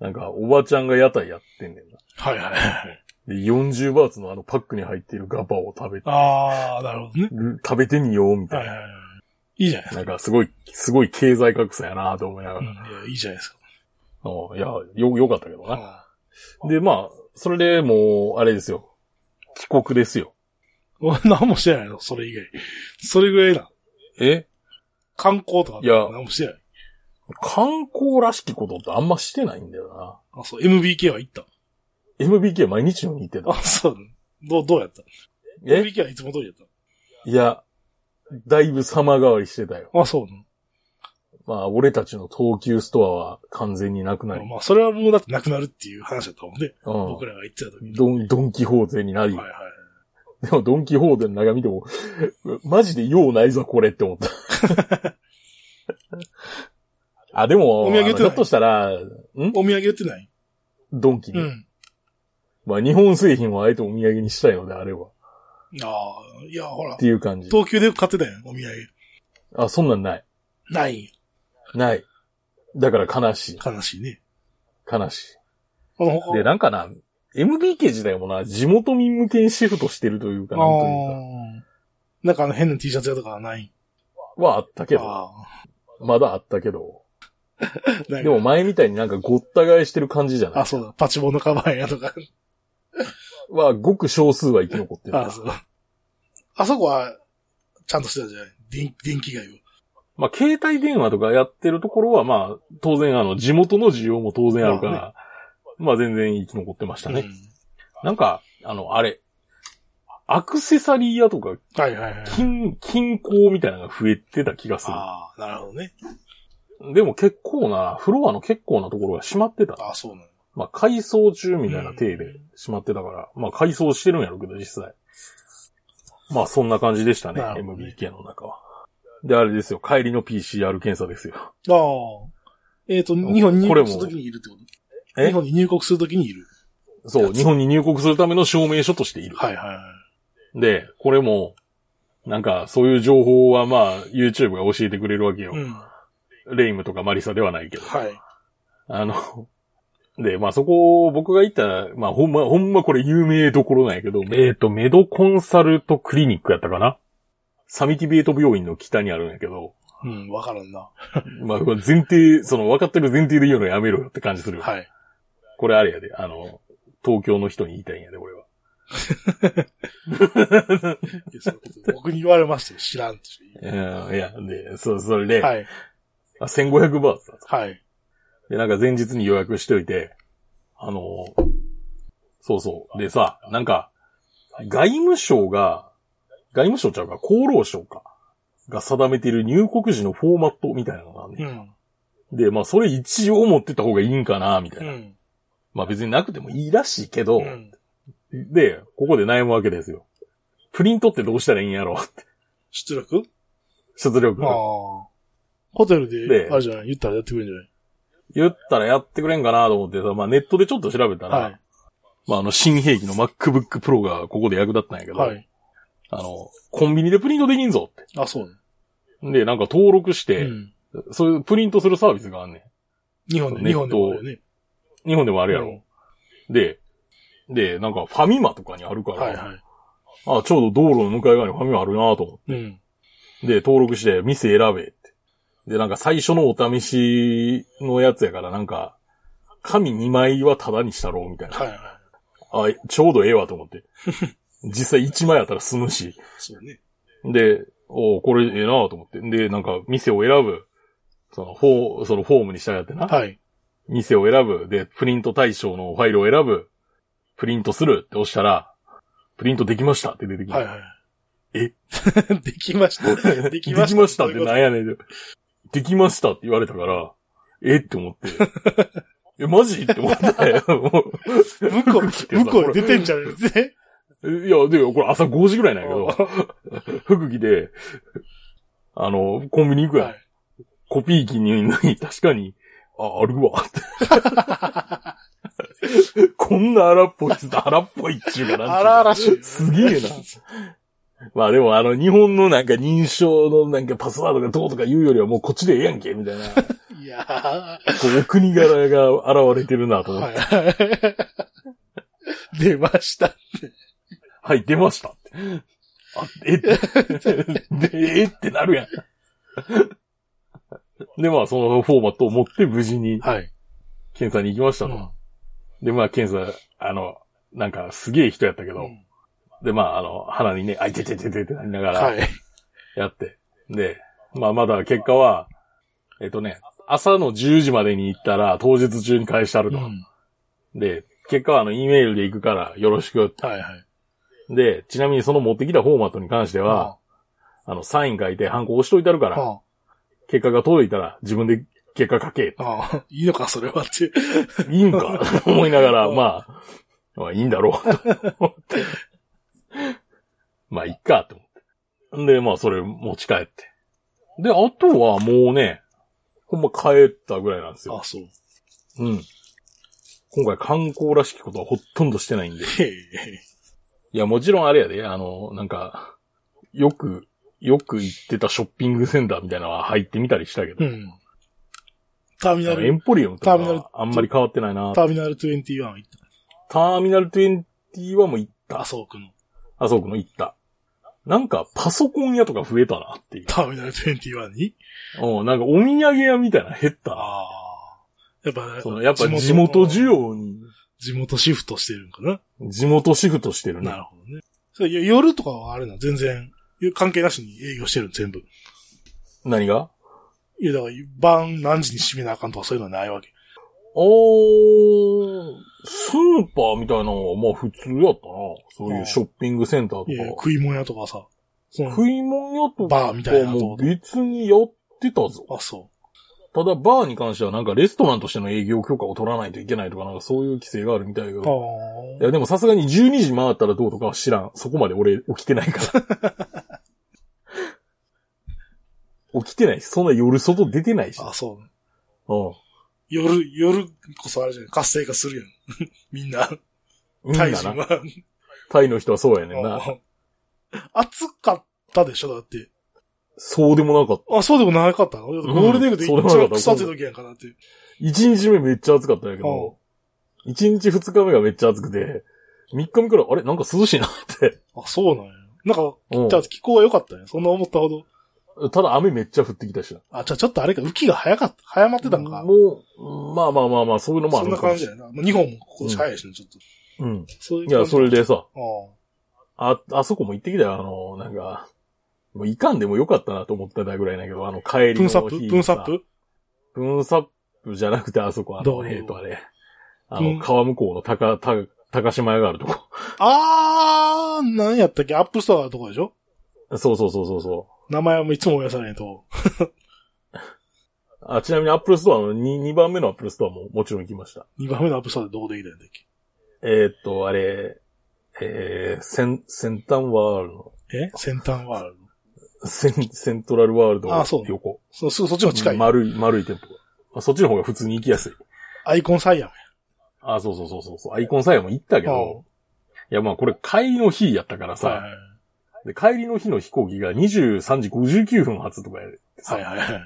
なんか、おばちゃんが屋台やってんねんな。はいはいはい。で、40バーツのあのパックに入ってるガパオを食べて、あー、なるほどね。る食べてみよう、みたはいいはな。いはい。いいじゃないですなんか、すごい、すごい経済格差やなと思いながか。らうん。い。や、いいじゃないですか。うんいや、よ、よかったけどな。あで、まあ、それでもう、あれですよ。帰国ですよ。俺 何もしてないのそれ以外。それぐらいな。え観光とか。いや何もしてない。観光らしきことってあんましてないんだよあ、そう、MBK は行った。な。MBK 毎日のように行ってた。あ、そう。どう、どうやったえ ?MBK はいつも通りやっいや、だいぶ様変わりしてたよ。た。あ、そうなまあ、俺たちの東急ストアは完全になくなり、の。まあ、それはもうだってなくなるっていう話だったもんね。僕うらが行ってた時ん。に。ドン、ドンキホーテになり、はいはい。でもドンキホーテの中見ても、マジで用ないぞ、これって思った。 あ、でも、お土産あ売ってないのひょっとしたら、んお土産売ってないドンキに。うん。まあ、日本製品をあえてお土産にしたいのであれば。っああ、いや、ほらて。いう感じ。東急で買ってたやん、お土産。あ、そんなんない。ないんやない。だから悲しい。悲しいね。悲しあの、い。他で、なんかな、MBK 時代もな、地元民向けにシフトしてるというか、なんというあーなんかあの変な T シャツ屋とかはないんか、はあったけど、あまだあったけど、ーなんかでも前みたいになんかごった返してる感じじゃなあ、いそうだ。パチモンのカバンやとか。は、ごく少数は生き残ってる。あそう。あそこは、ちゃんとしてたじゃない電電気街を。まあ、携帯電話とかやってるところは、まあ、当然あの、地元の需要も当然あるから、ままあ全然生き残ってましたね。うんなんか、あの、あれ、アクセサリー屋とかはいはいはい。金、金鉱みたいなのが増えてた気がすああ、なるほどね。る。でも結構な、フロアの結構なところが閉まってた。ああ、そうなの。まあ改装中みたいな体で閉まってたから、まあ改装してるんやろうけど実際。まあそんな感じでしたね、なるほどね MBK の中は。で、あれですよ、帰りの PCR 検査ですよ。ああ。えっ、と、日本に入国するときにいるってことえ日本に入国するときにいる。そう、日本に入国するための証明書としている。はいはいはい。で、これも、なんかそういう情報はまあ YouTube が教えてくれるわけよ。うん。レイムとかマリサではないけど。はい。あの、で、まあ、そこ、僕が行った、まあ、ほんま、ほんまこれ有名どころなんやけど、えっ、と、メドコンサルトクリニックやったかなサミティベート病院の北にあるんやけど、うん、わからんな。まあ、これ前提、その、分かってる前提で言うのやめろよって感じする。はい。これあれやで、あの、東京の人に言いたいんやで、俺は。いやそういうこと僕に言われましたよ。知らんってうん、いや、で、そう、それで、はい。あ1500バーツだと。はい。で、なんか前日に予約しといて、あの、そうそう。でさ、なんか、外務省が、外務省ちゃうか、厚労省か、が定めている入国時のフォーマットみたいなのがあんねんうん。で、まあ、それ一応持ってった方がいいんかな、みたいうな。ん。まあ、別になくてもいいらしいけど、うん。で、ここで悩むわけですよ。プリントってどう したらいいんやろって。出力出力ああ。ホテルでで、あれじゃない言ったらやってくれるん言ったらやってくれんかなと思ってさ、まあネットでちょっと調べたじゃら、ないまああの新兵器の MacBook Pro がここで役立ったんやけど、はい。はい。あの、コンビニでプリントできんぞっあ、そうね。て。で、なんか登録して、うん。そういうプリントするサービスがあんね日本で、ネット日本でもあるよね。ん。日本でもああるやろ。。で、で、なんかファミマとかにあるから、はいはい。あ、ちょうど道路の向かい側にファミマあるなと思うん。って。で、登録して、店選べって。で、なんか最初のお試しのやつやから、なんか、紙2枚はタダにしたろうみたいな。はいはあ、ちょうどええわと思って。 実際1枚やったら済むし。い。そうね。で、おうこれええなと思って。で、なんか店を選ぶ。そのフォー、そのフォームにしたらやってな。はい。店を選ぶ。で、プリント対象のファイルを選ぶ。プリントするって押したら、プリントできましたって出てきて。はいはい。え できました。ででききまました。したっどてういうこなんやねんで。できましたって言われたから、えって思 って。え、マジって思って。もうと向こう、向こう出てんじゃねえぜ。えいや、で、これ朝5時ぐらいなんやけど、服着で、あの、コンビニ行くやん。はいコピー機に ない、確かに、あ、あるわ、って。 こんな荒っぽいっつって、荒っぽいっちゅうかなんちゅうか。荒々しいすげえな。まあでもあの、日本のなんか認証のなんかパスワードがどうとか言うよりはもうこっちでええやんけ、みたいな。こいやー。う、お国柄が現れてるなと思って。はい、はい。 出ました。出ましたって。あ、えって、で、えってなるやん。で、まあそのフォーマットを持って無事にはい。検査に行きましたと。で、まあ、検査、あの、なんか、すげえ人やったけうど、んで、まあ、あの、鼻にね、あいててててってなりながはら、い。やって、で、まあ、まだ結果は、えっとね、朝の10時までに行ったら、当日中に返してあるうと。んで、結果は、あの、E メールで行くから、よろしく。はいはい。で、ちなみにその持ってきたフォーマットに関しては、あの、サイン書いて、ハンコ押しといてあるかうん、ら、結果が届いたら、自分で結果書け。うんうんいいのか、それはって。いいん か、と思いながら、うんまあ、まあいいんだろう、 と思って。まあ、いっか、と思って。で、まあ、それ持ち帰って。で、あとはもうね、ほんま帰ったぐらいなんですよ。あ、そう。うん。今回観光らしきことはほとんどしてないんで。へえ。いや、もちろんあれやで、あの、なんか、よく、よく行ってたショッピングセンターみたいなのは入ってみたりしたけうど、ん。ターミナあのエル、ンポリオムとターミナルかあんまり変わってないなターミナル21行っ。ターミナル20はもう行ったた麻。生区の。あそこの行った。なんか、パソコン屋とか増えたなっていう。ターミナル21にうん、なんかお土産屋みたいなの減ったな。ああ。やっぱ、そのやっぱ地元需要に、地元シフトしてるんかな。地元シフトしてるなるな。ほどね。それよ夜とかはあれな、全然、関係なしに営業してるの全部。何がいや、だから、晩何時に閉めなあかんとかそういうのはないわけ。おー、スーパーみたいなのはまあ普通やったな。そういうショッピングセンターとかいや、は。食い物屋とかさ。その食い物屋とバーみたいかなもとこ別にやってたぞ。あ、そただバーに関してはなんかレストランとしての営業許可を取らないといけないとかなんかそういう規制があるみたいだけう。どあ。いや、でもさすがに12時回ったらどうとかは知らん。そこまで俺起きてないから。 起きてないし、そんな夜外出てないし。あ。あ、そう。うん。夜、夜こそあれじゃない活性化するやん。 みんな、みん大な臣な。は。タイの人はそうやねん な。暑かったでしょだって。そうでもなかった。あ、そうでもなかったの、ゴールデンウィークでそうでも一なかっ番た腐ってる時やんかなって。 1日目めっちゃ暑かったんやけど、1日2日目がめっちゃ暑くて、3日目から、あれなんか涼しいなって。あ、そうなんや。なんか、うんじゃあ気候は良かったね。そんな思ったほど。ただ雨めっちゃ降ってきたしな。あ、じゃあちょっとあれか、雨季が早かった、早まってたんか。もう、まあまあまあまあ、そういうのもあそるんなかも感しじれなだよな。まあ、日本もここ早いしね、ちょっと。いうん。そういういや、それで。でさ、あああ、あそこも行ってきたよ、あの、なんか、もう行かんでもよかったなと思ってたぐらいなんやけど、あの、帰りの日プンにサさッププンサッププンサップじゃなくて、あそこ、あどの、うえっと、あれ。あプンの、川向こうの高、高、高島屋があるとこ。 あー、何やったっけアップストアのとこでしょそうそうそうそうそ名前もいつも思い出さないと。う。あ、ちなみにアップルストアの 2, 2番目のアップルストアももちろん行きました。 2番目のアップストアでどこできたんだっけえー、っと、あれ、えー、先、先端ワールド。え先端ワールド。センセントラルワールドのあそう横。そう、すぐそっちの方が近い。丸い、丸い店舗が。まあそっちの方が普通に行きやすい。アイコンサイヤムあ、そうそうそうそうそう。アイコンさえも行ったけど、いやまあこれ帰りの日やったからや。さ、はいで帰りの日の飛行機が23時59分発とかやでさ、はいはいはい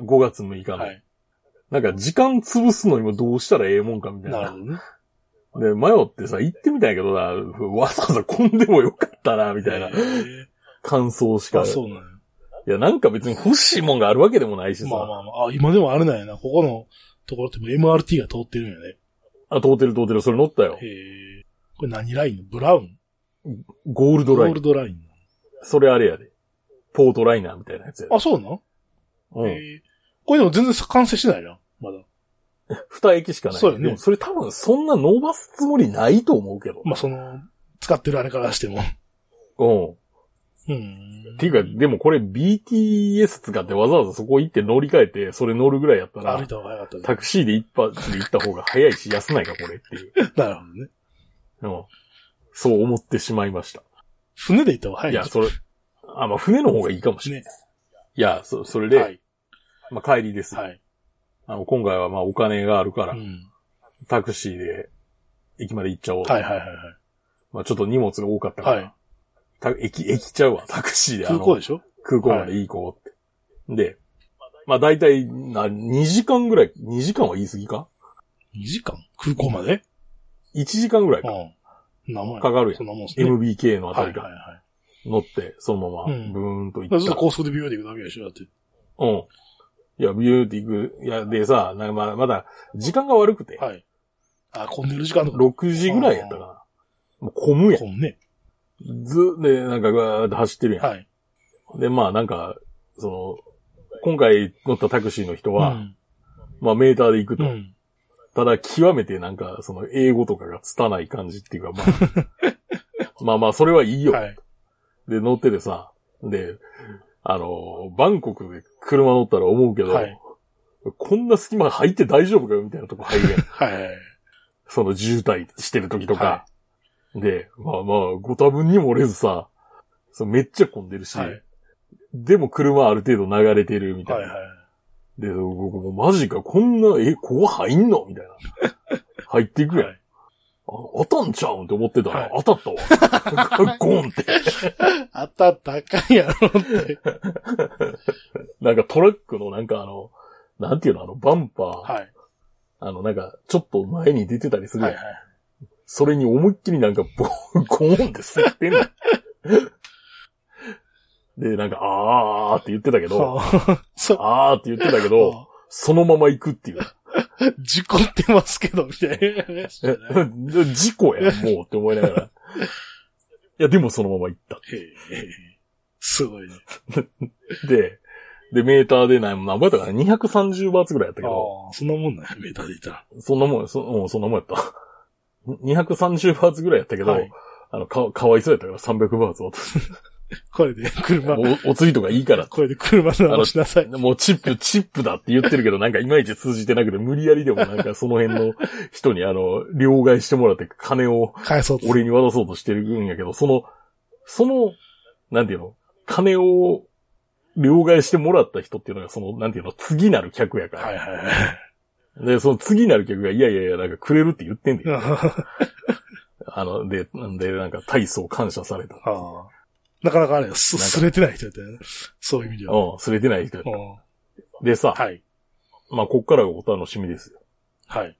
5月6日の、はい。なんか時間潰すのにもどうしたらええもんかみたいなるなほ。どね。で、迷ってさ、行ってみたんやけどな、わざわざ混んでもよかったな、みたいなえー感想しか。あ、いそうなんやや、なんか別に欲しいもんがあるわけでもないしさ、まあまあまあ、あ、今でもあれなんやな。ここのところっても MRT が通ってるんやね。あ、通ってる通ってる、それ乗ったよ。へえ。これ何ラインブラウンゴールドゴライーンル。ドライン。それあれやで。ポートライナーみたいなやつやで。あ、そうなんうへん。え。これでも全然完成してないな。まだ。二駅しかない。そうよねでもそれ多分そんな伸ばすつもりないと思うけど。まあその、使ってるあれからしても。うん。うん。っていうか、でもこれ BTS 使ってわざわざそこ行って乗り換えて、それ乗るぐらいやった歩らい、た方が早かったタクシーで一発で行った方が早いし安ないか、これっていう。ね。 なるほどね。うん。そう思ってしまいました。船で行った方がい早いや、それ、あ、まあ船の方がいいかもしれない。ね。いや、そ、それで、はい。まあ帰りです。はい。あの、今回はまあお金があるからう、ん。タクシーで駅まで行っちゃおう。はいはいはいはい。まあちょっと荷物が多かったから、はい。た駅、駅ちゃうわ、タクシーで。あ空の港でしょ空港まで行こうって。で、まあ大体、な、2時間ぐらい、2時間は言い過ぎか ?2 時間空港まで ?1 時間ぐらいかうん。名前。かかるやそんなもんっすん。ね。 MBK のあはたいはりいからはい。乗って、そのまま、ブうんーンと行だからっずったと。高速でビューで行くだけでしょだって。うん。いや、ビューって行く。いや、でさ、なんかまあまだ、時間が悪くて、はい。あ、混んでる時間とか。 6時ぐらいやったかな。もう混むやん。混んね。ずーで、なんか、ガーって走ってるやん。はい。で、まあなんか、その、今回乗ったタクシーの人は、うんまあメーターで行くと。うん。ただ、極めてなんか、その、英語とかが拙い感じっていうか、ま あ、まあまあ、それはいいよ。はい。で、乗っててさ、で、あの、バンコクで車乗ったら思うけど、はいこんな隙間入って大丈夫かよみたいなとこ入るや んはいはいはい。その渋滞してる時とか。で、まあまあ、ご多分にもれずさ、そうめっちゃ混んでるし、はい。でも車ある程度流れてるみたいはな。いはい。で、僕もマジか、こんな、え、ここ入んのみたいな。入っていくやん。はいあ当たんちゃうんって思ってたら、はい当たったわ。 ゴンって。あったあったあかんやろって。なんかトラックのなんかあの、なんていうのあの、バンパー、はい。あの、なんか、ちょっと前に出てたりするはやいん。はい。それに思いっきりなんか、ボン、ゴーンって吸ってんの。 で、なんか、あーって言ってたけど、はあそあーって言ってたけど、そのまま行くっていう。う。事故ってますけど、みたいな話じゃな い。事故や、もうって思いながら。いや、でもそのまま行った。へえすごいね。で、で、メーターで何、何倍だったかな ?230 バーツぐらいやったけど、ああ、そんなもんなんや、メーターで言ったら。そんなもん、そ,、うん、そんなもんやった。230バーツぐらいやったけど、はいあの、か、かわいそうやったから300バーツ落とすこれで車、お、 お釣りとかいいからって。これで車直しなさい。もうチップ、チップだって言ってるけど、なんかいまいち通じてなくて、無理やりでもなんかその辺の人にあの、両替してもらって金を返そうとする。俺に渡そうとしてるんやけど、その、その、なんていうの、金を両替してもらった人っていうのが、その、なんていうの、次なる客やから。はいはいはい。で、その次なる客が、いやいやいや、なんかくれるって言ってんだよ。 ああの、で、なんで、なんか体操感謝された。あなかなかあれよ、す、なんかすれてない人やったよね。そういう意味では。うん、すれてない人やったうんでさ、はい。まあ、こっからがお楽しみですよ。はい。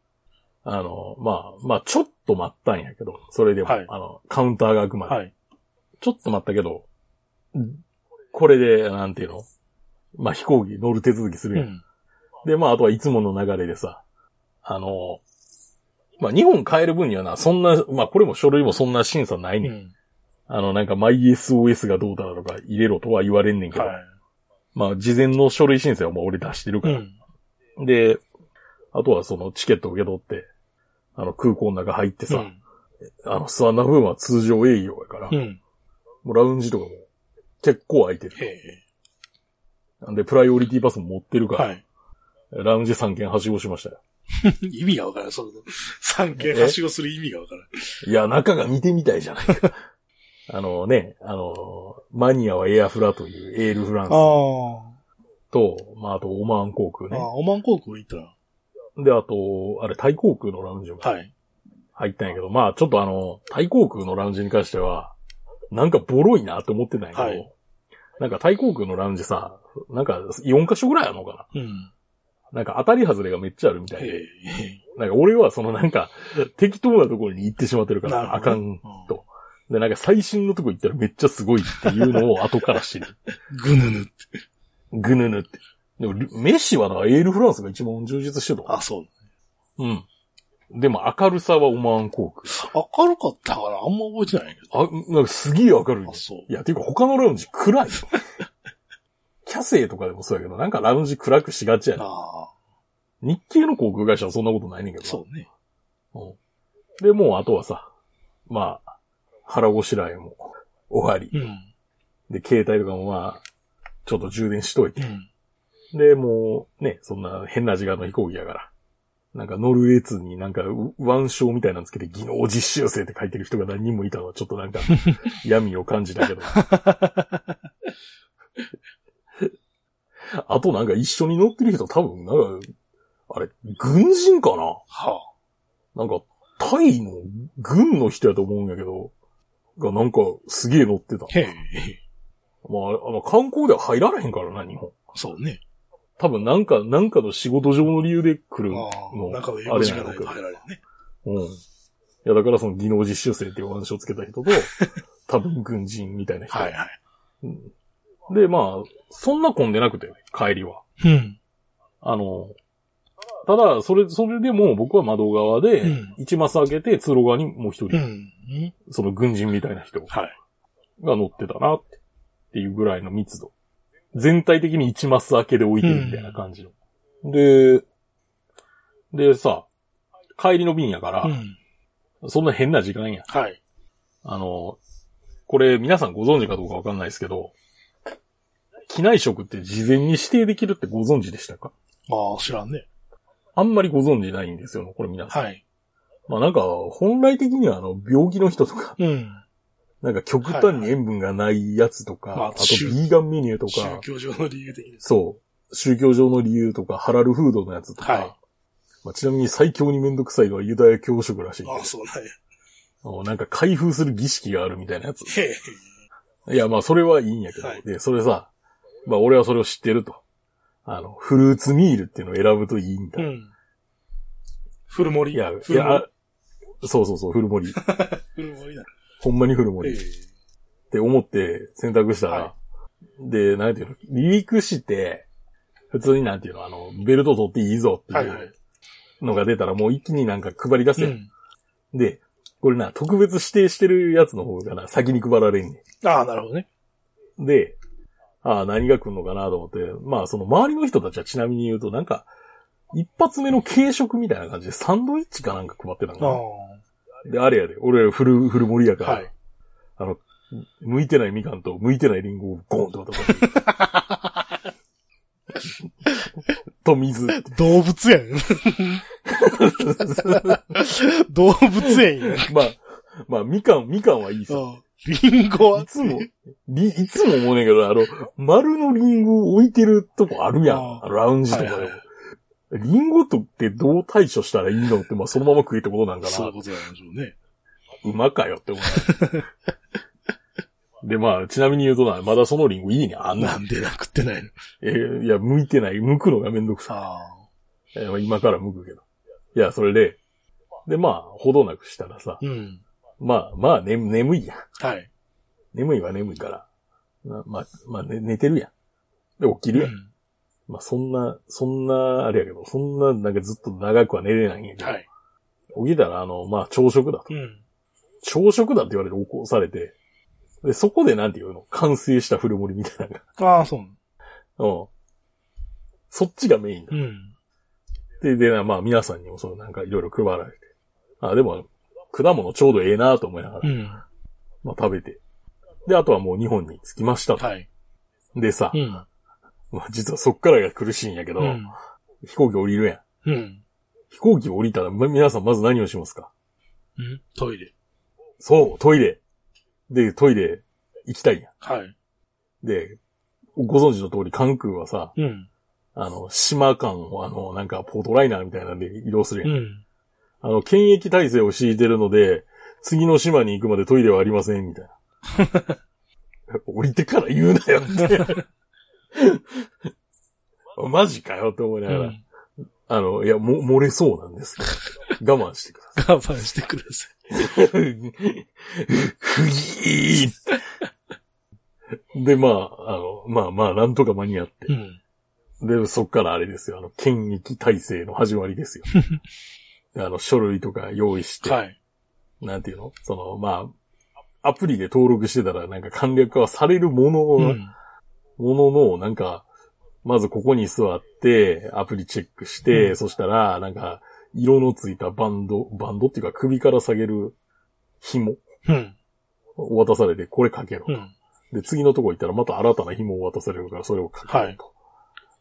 あの、まあ、まあ、ちょっと待ったんやけど、それでも、はいあの、カウンターが開くまで。はい。ちょっと待ったけど、これで、なんていうのまあ、飛行機乗る手続きするうやん。ん。で、まあ、あとはいつもの流れでさ、あの、まあ、日本帰る分にはな、そんな、まあ、これも書類もそんな審査ないうねん。ん。あの、なんか、マイ SOS がどうだとか入れろとは言われんねんけど、はまあ、事前の書類申請はもう俺出してるい。うから。ん。で、あとはそのチケットを受け取って、あの、空港の中入ってうさ、ん。あの、スワンナブームは通常営業やから、うん。もうラウンジとかも結構空いてえる。えなんで、プライオリティパスも持ってるから、はい。ラウンジ3件はしごしましたよ。意味がわからん。その、三軒はしごする意味がわからん。いや、中が見てみたいじゃ ないか。あのね、あの、マニアはエアフラというエールフランスあと、まあ、あとオマーン航空あ。あね。あ、オマン航空行ったら。で、あと、あれ、タイ航空のラウンジもはい。入ったんやけど、まあ、ちょっとあの、タイ航空のラウンジに関しては、なんかボロいなって思ってたんやけど、はいなんかタイ航空のラウンジさ、なんか4箇所ぐらいあるのかうん。ななんか当たり外れがめっちゃあるみたいえで、えなんか俺はそのなんか、適当なところに行ってしまってるかなるほら、どあかんと。で、なんか最新のとこ行ったらめっちゃすごいっていうの を後から知る。ぐぬぬ。ぐぬぬって。でも、メッシはな、エールフランスが一番充実してた。あ、そうう。ん。でも明るさはオマーン航空。明るかったからあんま覚えてないんやけあ、なんかすげえ明るいど。あ、。そう。いや、ていうか他のラウンジ暗いよ。キャセイとかでもそうやけど、なんかラウンジ暗くしがちやな。ああ、日系の航空会社はそんなことないねんけどな。そうね。で、もうあとはさ、まあ、腹ごしらえも終わり。うん。で、携帯とかもまあ、ちょっと充電しといて。うん。で、もう、ね、そんな変な時間の飛行機やから。なんか、ノルウェーツになんか、う腕章みたいなのつけて、技能実習生って書いてる人が何人もいたのは、ちょっとなんか、闇を感じたけど。あとなんか一緒に乗ってる人多分、なんか、あれ、軍人かなはなんか、タイの軍の人やと思うんやけど、がなんか、すげえ乗ってたあ。。へえ。まあ、あの、観光では入られへんからな、日本。そうね。多分なんか、なんかの仕事上の理由で来るあのあ。。なんか英あ語れしなかんなだけいとど入られるね。うん。いや、だからその技能実習生っていう話をつけた 人と、多分軍人みたいな人。はいはい。うんで、まあ、そんな混んでなくて、帰りは。うん。あの、ただ、それ、それでも僕は窓側でうん、一マス開けて通路側にもう一う人、ん。その軍人みたいな人がはい。乗ってたなって、っていうぐらいの密度。全体的に一マス開けで置いてるみたいな感じの。で、でさ、帰りの便やから、うん。そんな変な時間や。はい。あの、これ皆さんご存知かどうかわかんないですけど、機内食って事前に指定できるってご存知でしたかああ、知らんね。あんまりご存知ないんですよ、これ皆さん。はい。まあなんか、本来的にはあの、病気の人とか、うん。なんか極端に塩分がないやつとか、はいはあいまとあ宗ビーガンメニューと宗か、教上の理由的に。そう、宗教上の理由とか、ハラルフードのやつとか、はいまあ、ちなみに最強にめんどくさいのはユダヤ教食らしいけどああ、そうなんや。あのなんか開封する儀式があるみたいなやつ。へえ。いや、まあ、それはいいんやけど。はいで、それさ、まあ、俺はそれを知ってると。あの、フルーツミールっていうのを選ぶといいんだ。ういん。フルモリ。や、いフルモや、そうそうそう、フル盛り。リ。フルモリだ。ほんまにフル盛えりって思って選択したら、はで、なんていうの、離陸して、普通になんていうの、あの、ベルト取っていいぞって。はいいはいうのが出たら、もう一気になんか配り出せ、うん。で、これな、特別指定してるやつの方がな、先に配られんねん。ああ、なるほどね。で、ああ、何が来るのかなと思って、まあその周りの人たちはちなみに言うとなんか、一発目の軽食みたいな感じでサンドイッチかなんか配ってたのああ。かな。で、あれやで、俺フル、フル盛りやから、はい。向いてないみかんと向いてないリンゴをゴンって渡されて。 と水。 動物園 動物園や。まあ、まあみかん、みかんはいいさ。。そう。リンゴはいつも、り、いつも思うねんけど、あの、丸のリンゴを置いてるとこあるやんあ。あラウンジとかでも。はいはいリンゴとってどう対処したらいいのって、まあ、そのまま食えってことなんかそういうな。ことなんでしょうね。馬かよって思 う。で、まあ、ちなみに言うとな、まだそのリンゴいいね、あんなな。んでなくってないのえーいや、剥いてない。剥くのがめんどくさあい。えーまあ今から剥くけど。いや、それで、で、まあ、ほどなくしたらさあ。、うん。まあ、まあ、ね、眠いやん。はい。眠いは眠いから。なまあ、まあ、ね、寝てるやん。で、起きうるやん。ん。まあ、そんな、そんな、あれやけど、そんな、なんかずっと長くは寝れないんやけど、はい。起きたら、あの、まあ、朝食だと。うん。朝食だって言われて起こされて、で、そこでなんていうの完成した古盛りみたいなああ、そう。のが。うん。そっちがメインだう。ん。で、で、なまあ、皆さんにもそう、なんかいろいろ配られて。あ、でも、果物ちょうどええなと思いながうら、ん。まあ食べて。で、あとはもう日本に着きましたと。はい。でさう、ん。まあ実はそっからが苦しいんやけど、うん。飛行機降りるやん。うん。飛行機降りたら、ま皆さんまず何をしますかうん。トイレ。そう、トイレ。で、トイレ行きたいやはい。ん。で、ご存知の通り、関空はさ、うん。あの、島間を、あの、なんか、ポートライナーみたいなんで移動するや。うん ん。あの、検疫体制を敷いてるので、次の島に行くまでトイレはありません、 みたいな。降りてから言うなよ って。マジかよって思いなうがら。ん。あの、いや、も、漏れそうなんですけど。我慢してください。我慢してくださ ふぎーで、まあ、あの、まあまあ、なんとか間に合ってい。う。ん。で、そっからあれですよ、あの、検疫体制の始まり ですよ。あの、書類とか用意して、はい。なんていうのその、まあ、アプリで登録してたら、なんか簡略化はされるものうの、ん。ものの、なんか、まずここに座って、アプリチェックして、うんそしたら、なんか、色のついたバンド、バンドっていうか首から下げる紐うん。を渡されて、これかけろ。うん。で、次のとこ行ったらまた新たな紐を渡されるから、それをかけると。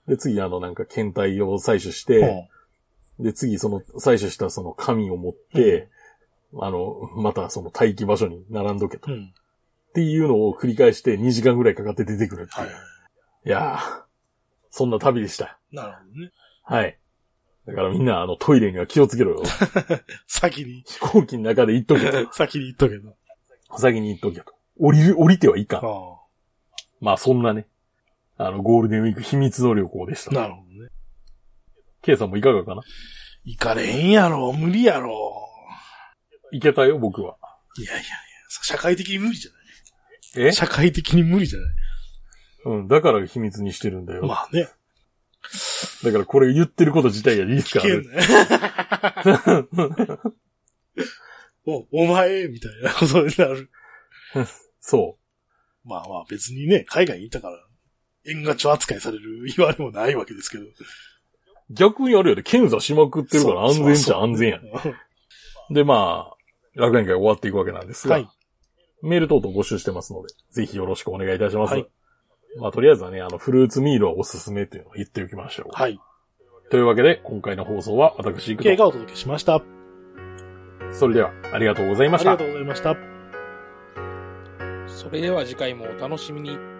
で、次、あの、なんか、検体を採取して、ほで、次、その、採取したその紙を持って、あの、またその待機場所に並んどけと。ううっん。ていうのを繰り返して、2時間ぐらいかかって出てくるって。。はいいういやー、そんな旅でした。なるほどね。はい。だからみんな、あの、トイレには気をつけろ よ。先に、 飛行機の中で行っとけと。先に言っとけど。先に行っとけと。降りる、降りてはいかん。あまあ、そんなね、あの、ゴールデンウィーク秘密の旅行でしたあ。。なるほどね。ケイさんもいかがかな行かれへんやろ、無理やろ。いけたよ、僕は。いやいやいや、社会的に無理じゃないえ社会的に無理じゃないうん、だから秘密にしてるんだよ。まあね、だからこれ言ってること自体がリスク危あ険る。ね。 お、お前、みたいなことになる。そまあまあ別にね、海外にいたから、縁がちょ扱いされる 言われもないわけですけど。う。逆にあれやで、検査しまくってるから安全っちゃ安全やね。で、まあ、楽園会終わっていくわけなんですが、はい。メール等々募集してますので、ぜひよろしくお願いいたします。はいまあ、とりあえずはね、あの、フルーツミールはおすすめっていうのを言っておきましょう。はい。というわけで、今回の放送は私、いく経と。がお届けしました。あそれでは、ありがとうございまりしたがと。うございました。それでは次回もお楽しみに。